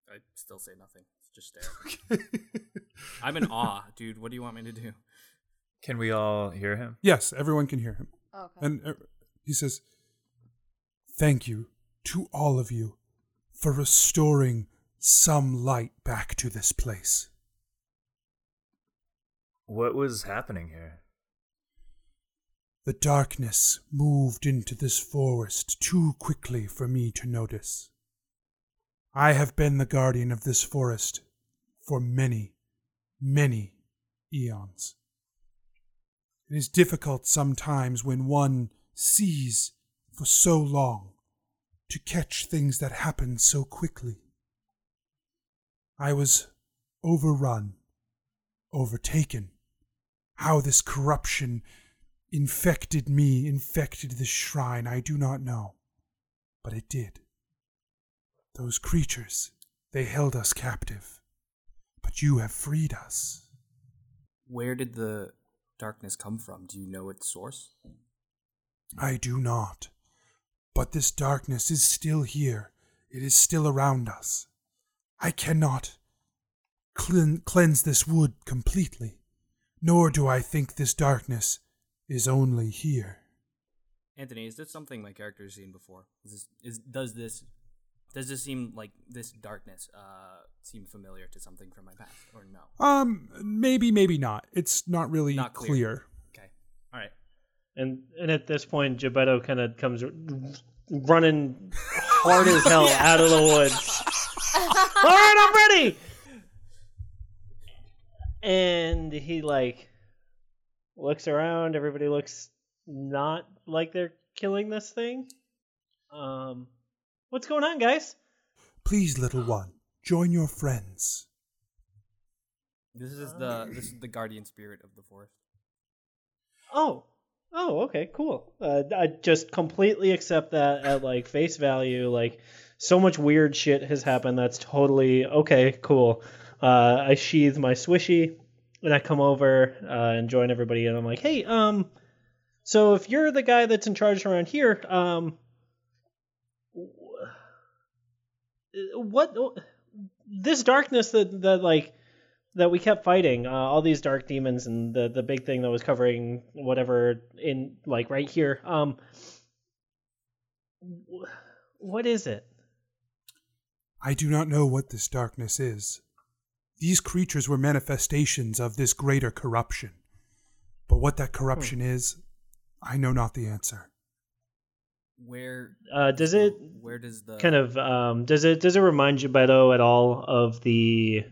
S6: I still say nothing. Just stare. I'm in awe, dude. What do you want me to do?
S3: Can we all hear him?
S1: Yes, everyone can hear him.
S5: Oh, Okay.
S1: And uh, he says, Thank you to all of you for restoring some light back to this place.
S3: What was happening here?
S1: The darkness moved into this forest too quickly for me to notice. I have been the guardian of this forest for many, many eons. It is difficult sometimes when one sees for so long to catch things that happen so quickly. I was overrun, overtaken. How this corruption infected me, infected this shrine, I do not know. But it did. Those creatures, they held us captive. But you have freed us.
S6: Where did the darkness come from? Do you know its source?
S1: I do not. But this darkness is still here. It is still around us. I cannot clean, cleanse this wood completely, nor do I think this darkness is only here.
S6: Anthony, is this something my character has seen before? Is this, is does this does this seem like this darkness uh, seem familiar to something from my past or no?
S1: Um, maybe, maybe not. It's not really
S6: Not clear. Okay. All right.
S2: And and at this point, Gebetto kind of comes r- running hard as hell out of the woods. All right, I'm ready. And he like looks around. Everybody looks not like they're killing this thing. Um, what's going on, guys?
S1: Please, little
S6: Ah.
S1: one, join your friends.
S6: This is the this is the guardian spirit of the forest.
S2: Oh, oh, okay, cool. Uh, I just completely accept that at like face value. Like, so much weird shit has happened. That's totally okay, cool. Uh, I sheathe my swishy and I come over uh, and join everybody, and I'm like, hey, um, So if you're the guy that's in charge around here, um, what this darkness that that like that we kept fighting uh, all these dark demons and the the big thing that was covering whatever in like right here um what is it
S1: I do not know what this darkness is. These creatures were manifestations of this greater corruption. But what that corruption hmm. is, I know not the answer.
S6: Where
S2: uh, does it?
S6: Where does the
S2: kind of um, does it does it remind you, Beto, at all of the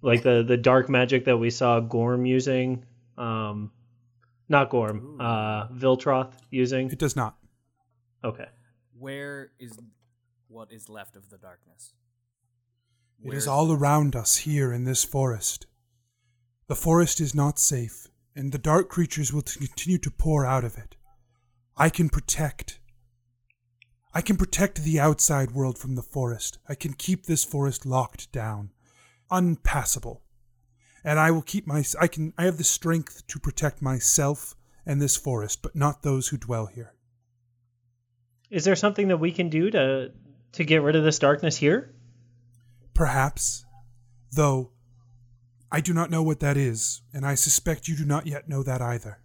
S2: like the the dark magic that we saw Gorm using? Um, not Gorm, Ooh. uh, Viltroth using.
S1: It does not.
S2: Okay.
S6: Where is what is left of the darkness?
S1: Where it is, is all around us here in this forest. The forest is not safe and the dark creatures will t- continue to pour out of it. I can protect. I can protect the outside world from the forest. I can keep this forest locked down, unpassable. And I will keep my I can I have the strength to protect myself and this forest, but not those who dwell here.
S2: Is there something that we can do to to get rid of this darkness here?
S1: Perhaps, though I do not know what that is, and I suspect you do not yet know that either.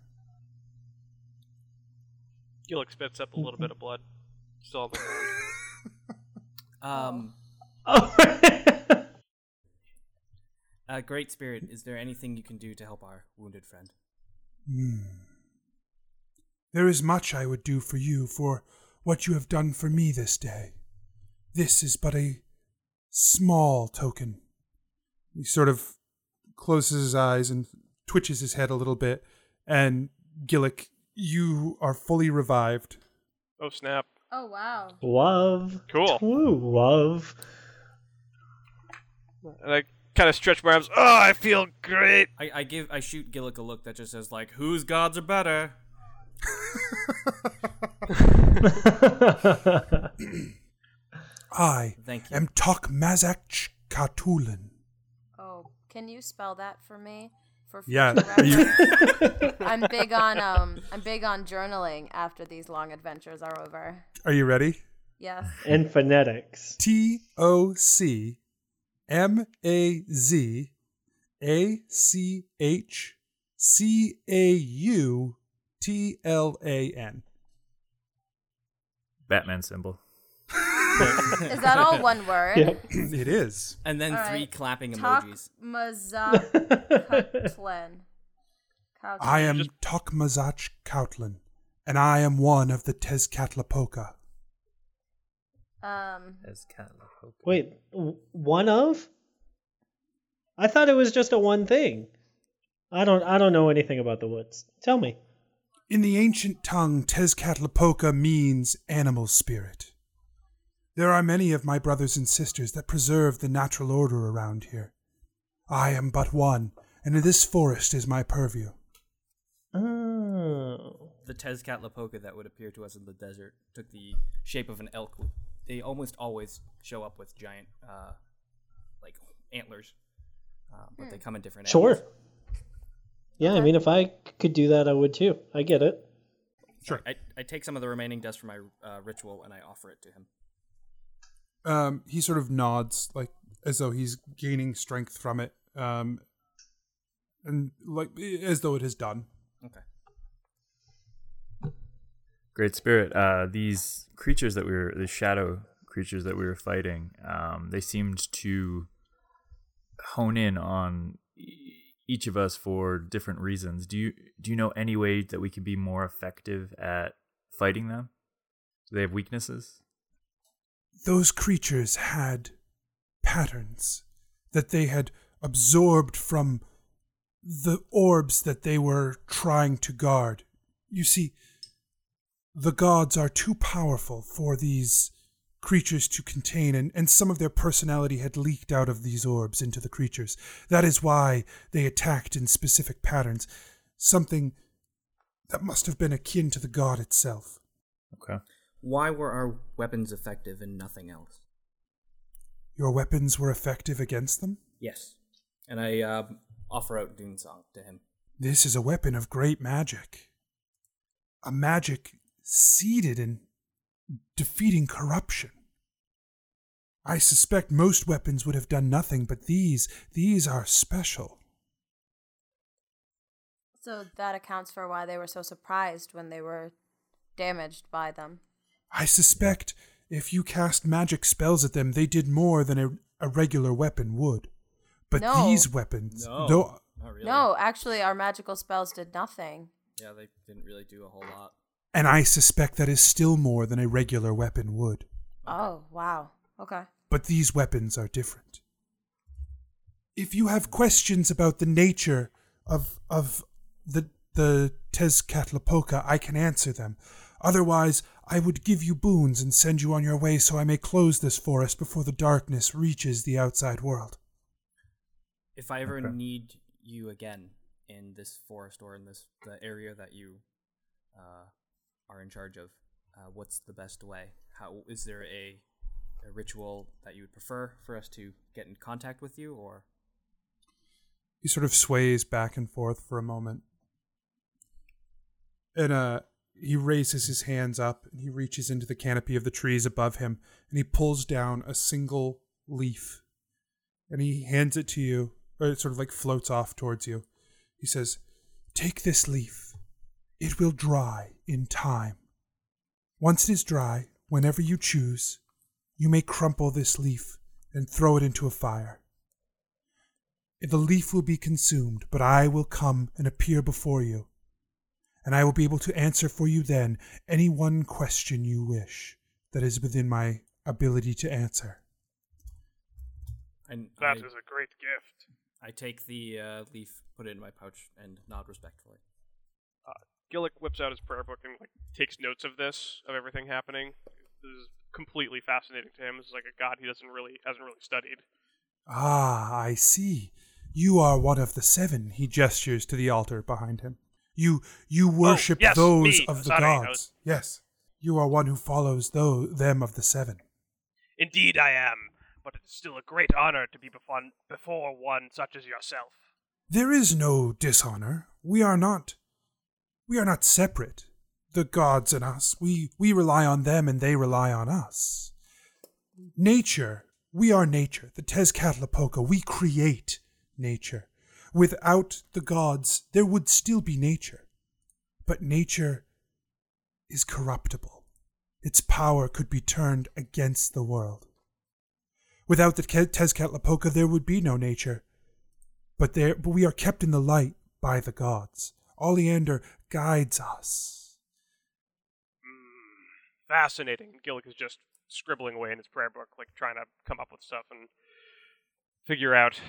S4: Gillick spits up a little bit of blood. Still on the ground.
S6: um.
S2: Oh.
S6: uh, great spirit, is there anything you can do to help our wounded friend?
S1: Hmm. There is much I would do for you for what you have done for me this day. This is but a small token.
S8: He sort of closes his eyes and twitches his head a little bit. And Gillick, you are fully revived.
S4: Oh snap!
S5: Oh wow!
S2: Love.
S4: Cool.
S2: True love.
S4: And I kind of stretch my arms. Oh, I feel great.
S6: I, I give I shoot Gillick a look that just says like, "Whose gods are better?"
S1: I Thank you. am Tok Mazak Katulin.
S5: Oh, Can you spell that for me? For
S8: yeah,
S5: I'm big on um, I'm big on journaling after these long adventures are over.
S8: Are you ready?
S5: Yes.
S2: In phonetics.
S8: T O C M A Z A C H C A U T L A N.
S3: Batman symbol.
S5: is that all one word?
S2: Yep.
S8: it is.
S6: And then all three right. clapping
S5: Talk
S6: emojis.
S5: Mazakatlen.
S1: I am Just... Tokmazach Koutlin, and I am one of the Tezcatlipoca.
S5: Um.
S3: Tezcatlipoca.
S2: Wait, one of? I thought it was just a one thing. I don't. I don't know anything about the woods. Tell me.
S1: In the ancient tongue, Tezcatlipoca means animal spirit. There are many of my brothers and sisters that preserve the natural order around here. I am but one, and this forest is my purview.
S2: Oh.
S6: The Tezcatlipoca that would appear to us in the desert took the shape of an elk. They almost always show up with giant, uh, like antlers, uh, but they come in different.
S2: Sure.
S6: Antlers.
S2: Yeah, I mean, if I could do that, I would too. I get it.
S8: Sure.
S6: I, I take some of the remaining dust from my uh, ritual and I offer it to him.
S8: Um, he sort of nods, like as though he's gaining strength from it, um, and like as though it has done.
S6: Okay.
S3: Great spirit. Uh, these creatures that we were, the shadow creatures that we were fighting, um, they seemed to hone in on e- each of us for different reasons. Do you do you know any way that we could be more effective at fighting them? Do they have weaknesses?
S1: those creatures had patterns that they had absorbed from the orbs that they were trying to guard. You see, the gods are too powerful for these creatures to contain, and, and some of their personality had leaked out of these orbs into the creatures. That is why they attacked in specific patterns, something that must have been akin to the god itself.
S3: Okay
S6: why were our weapons effective and nothing else?
S1: Your weapons were effective against them?
S6: Yes. And I uh, offer out Doonsong to him.
S1: This is a weapon of great magic. a magic seeded in defeating corruption. I suspect most weapons would have done nothing, but these, these are special.
S5: So that accounts for why they were so surprised when they were damaged by them.
S1: I suspect if you cast magic spells at them, they did more than a, a regular weapon would. But
S5: No.
S1: these weapons,
S6: No,
S1: though,
S6: not really.
S5: No, actually, our magical spells did nothing.
S6: Yeah, they didn't really do a whole lot.
S1: and I suspect that is still more than a regular weapon would.
S5: Oh, wow. Okay.
S1: but these weapons are different. If you have questions about the nature of of the the Tezcatlipoca, I can answer them. Otherwise, I would give you boons and send you on your way so I may close this forest before the darkness reaches the outside world.
S6: If I ever
S3: Okay.
S6: need you again in this forest or in this the area that you uh, are in charge of, uh, what's the best way? How is there a, a ritual that you would prefer for us to get in contact with you, or
S1: He sort of sways back and forth for a moment. And uh he raises his hands up and he reaches into the canopy of the trees above him and he pulls down a single leaf and he hands it to you or it sort of like floats off towards you. He says, "Take this leaf. It will dry in time. Once it is dry, whenever you choose, you may crumple this leaf and throw it into a fire." The leaf will be consumed, but I will come and appear before you, and I will be able to answer for you then any one question you wish that is within my ability to answer.
S6: and
S4: That
S6: I,
S4: is a great gift.
S6: I take the uh, leaf, put it in my pouch, and nod respectfully.
S4: uh, Gillick whips out his prayer book and like takes notes of this, of everything happening. This is completely fascinating to him. This is like a god he doesn't really hasn't really studied.
S1: Ah, I see. You are one of the seven. He gestures to the altar behind him. You you worship
S4: Oh, yes,
S1: those
S4: me.
S1: of the
S4: Sorry, I
S1: gods.
S4: was-
S1: Yes. You are one who follows tho- them of the seven.
S4: Indeed, I am. But it's still a great honor to be before, before one such as yourself.
S1: There is no dishonor. We are not we are not separate. The gods and us. We we rely on them and they rely on us. Nature, we are nature. The Tezcatlipoca, we create nature. Without the gods, there would still be nature. But nature is corruptible. Its power could be turned against the world. Without the Ke- Tezcatlipoca, there would be no nature but there but we are kept in the light by the gods. Oleander guides us.
S4: Fascinating. Gillick is just scribbling away in his prayer book, like trying to come up with stuff and figure out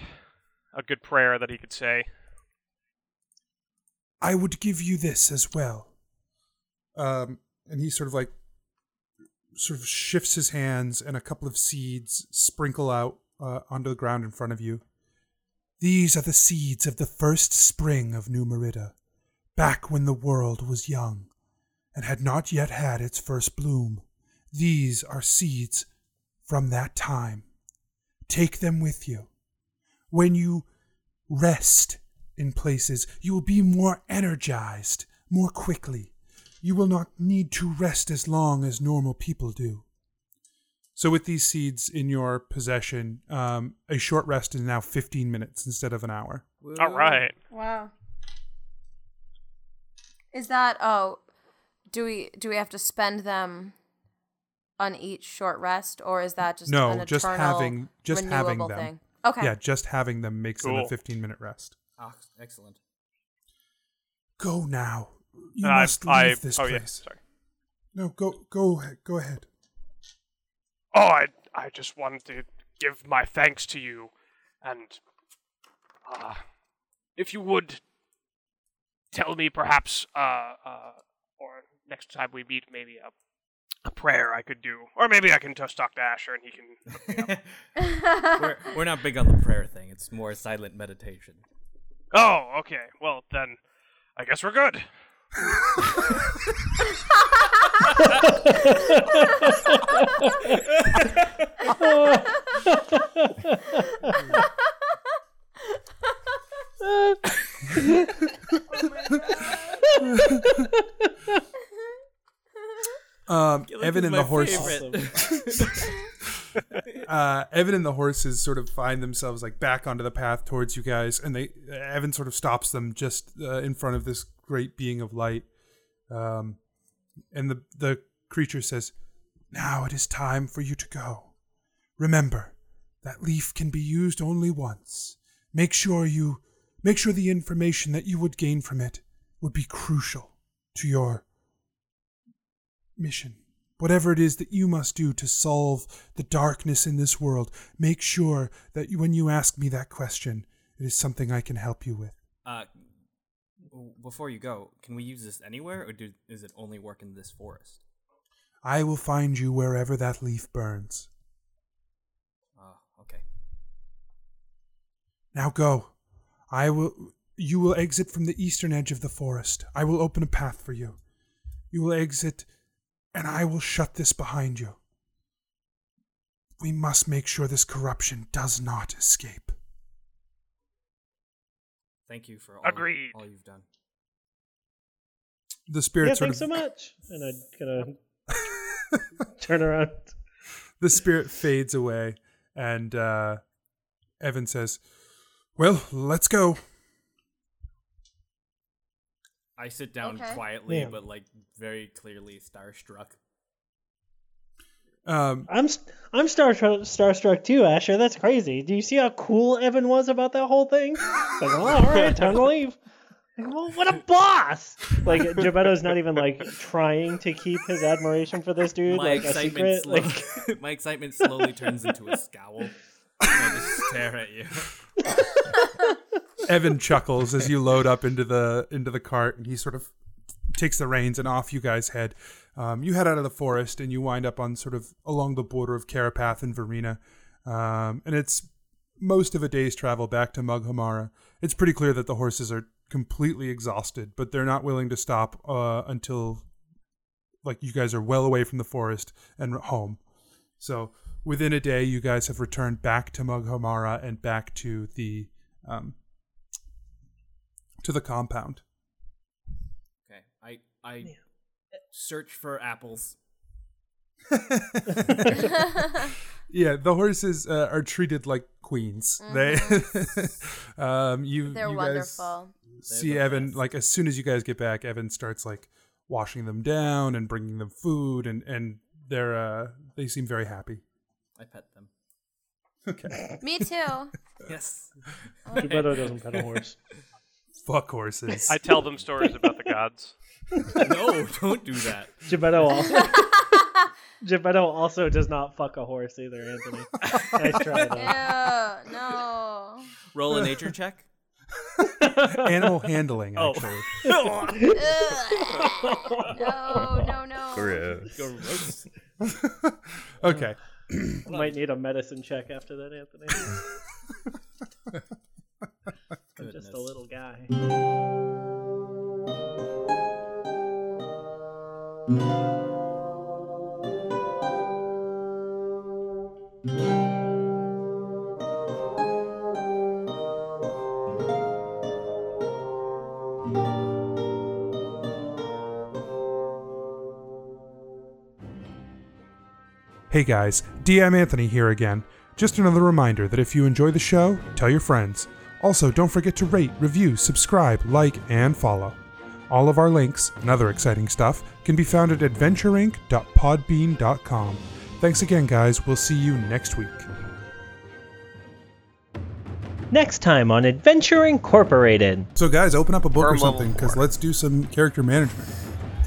S4: a good prayer that he could say.
S1: I would give you this as well. Um, and he sort of like sort of shifts his hands, and a couple of seeds sprinkle out uh, onto the ground in front of you. These are the seeds of the first spring of New Merida, back when the world was young and had not yet had its first bloom. These are seeds from that time. Take them with you. When you rest in places, you will be more energized more quickly. You will not need to rest as long as normal people do. So, with these seeds in your possession, um, a short rest is now 15 minutes instead of an hour.
S4: All right.
S5: Wow. Is that oh do we do we have to spend them on each short rest or is that just
S1: no,
S5: an
S1: just
S5: eternal
S1: having just having
S5: renewable
S1: them.
S5: thing? Okay.
S1: Yeah, just having them makes them a
S4: Cool.
S1: 15 minute rest.
S6: Ah, excellent.
S1: Go now. You
S4: And I-
S1: must leave
S4: I,
S1: this
S4: oh,
S1: place.
S4: yeah, sorry.
S1: No, go go ahe- go ahead.
S4: Oh, I, I just wanted to give my thanks to you, and uh, if you would tell me perhaps, uh, uh, or next time we meet, maybe a, a prayer I could do, or maybe I can just talk to Asher and he can.
S6: we're, we're not big on the prayer thing. It's more silent meditation.
S4: Oh, okay. Well then, I guess we're good.
S1: Um, Evan and the horse.
S2: Awesome.
S1: uh, Evan and the horses sort of find themselves like back onto the path towards you guys, and they Evan sort of stops them just uh, in front of this great being of light, um, and the the creature says, "Now it is time for you to go. Remember that leaf can be used only once. Make sure you make sure the information that you would gain from it would be crucial to your mission." whatever it is that you must do to solve the darkness in this world, make sure that you, when you ask me that question, it is something I can help you with.
S6: Uh, w- before you go, can we use this anywhere, or do, does it only work in this forest?
S1: I will find you wherever that leaf burns.
S6: Oh, okay.
S1: Now go. I will. You will exit from the eastern edge of the forest. I will open a path for you. You will exit and I will shut this behind you. We must make sure this corruption does not escape.
S6: Thank you for all,
S4: Agreed.
S6: all you've done.
S1: The spirit
S2: yeah,
S1: sort
S2: thanks
S1: of
S2: so much. And I kind of turn around.
S1: the spirit fades away, and uh, Evan says, "Well, let's go."
S6: I sit down
S5: Okay.
S6: quietly,
S2: Yeah.
S6: but like very clearly starstruck.
S1: Um,
S2: I'm st- I'm star starstruck too, Asher. That's crazy. Do you see how cool Evan was about that whole thing? Like, oh, all right, time to leave. Like, well, what a boss! Like, Gebetto's not even like trying to keep his admiration for this dude
S6: my
S2: like a secret.
S6: excitement, slow-
S2: Like,
S6: my excitement slowly turns into a scowl. And I just stare at you.
S1: Evan chuckles as you load up into the into the cart, and he sort of takes the reins and off you guys head. Um, you head out of the forest, and you wind up on sort of along the border of Carapath and Verena, um, and it's most of a day's travel back to Mughamara. It's pretty clear that the horses are completely exhausted, but they're not willing to stop uh, until like you guys are well away from the forest and home. So within a day, you guys have returned back to Mughamara and back to the um, to the compound.
S6: Okay, I I search for apples.
S1: Yeah, the horses uh, are treated like queens. They, um, you,
S5: Mm-hmm. They're
S1: you
S5: wonderful.
S1: guys see Evan like as soon as you guys get back, Evan starts like washing them down and bringing them food, and and they're uh, they seem very happy.
S6: I pet them.
S1: Okay,
S5: Me too.
S6: Yes.
S2: Gebetto doesn't pet a horse.
S1: fuck horses.
S4: I tell them stories about the gods.
S6: no, don't do that.
S2: Gebetto also. Gebetto also does not fuck a horse either, Anthony. Nice try though.
S5: Ew, no.
S6: Roll a nature check.
S1: Animal handling, actually.
S5: Ugh. no, no, no.
S3: Gross.
S6: Gross.
S1: Okay,
S2: Might need a medicine check after that, Anthony. I'm just a little guy.
S1: Hey guys, DM Anthony here again. Just another reminder that if you enjoy the show, tell your friends. Also, don't forget to rate, review, subscribe, like, and follow. All of our links and other exciting stuff can be found at adventureinc.podbean.com. Thanks again, guys. We'll see you next week.
S2: Next time on Adventure Incorporated.
S1: So, guys, open up a book
S4: Firm
S1: or
S4: level
S1: something because
S4: four.
S1: let's do some character management.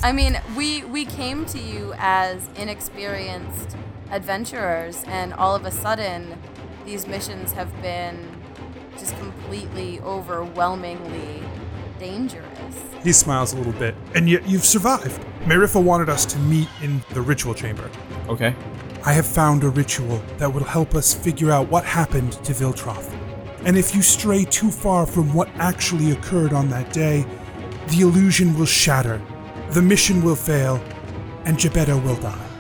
S5: I mean, we we came to you as inexperienced adventurers, and all of a sudden, these missions have been just completely overwhelmingly dangerous.
S1: He smiles a little bit, and yet you've survived. Marifa wanted us to meet in the ritual chamber.
S6: Okay.
S1: I have found a ritual that will help us figure out what happened to Viltroff. And if you stray too far from what actually occurred on that day, the illusion will shatter, the mission will fail, and Gebetto will die.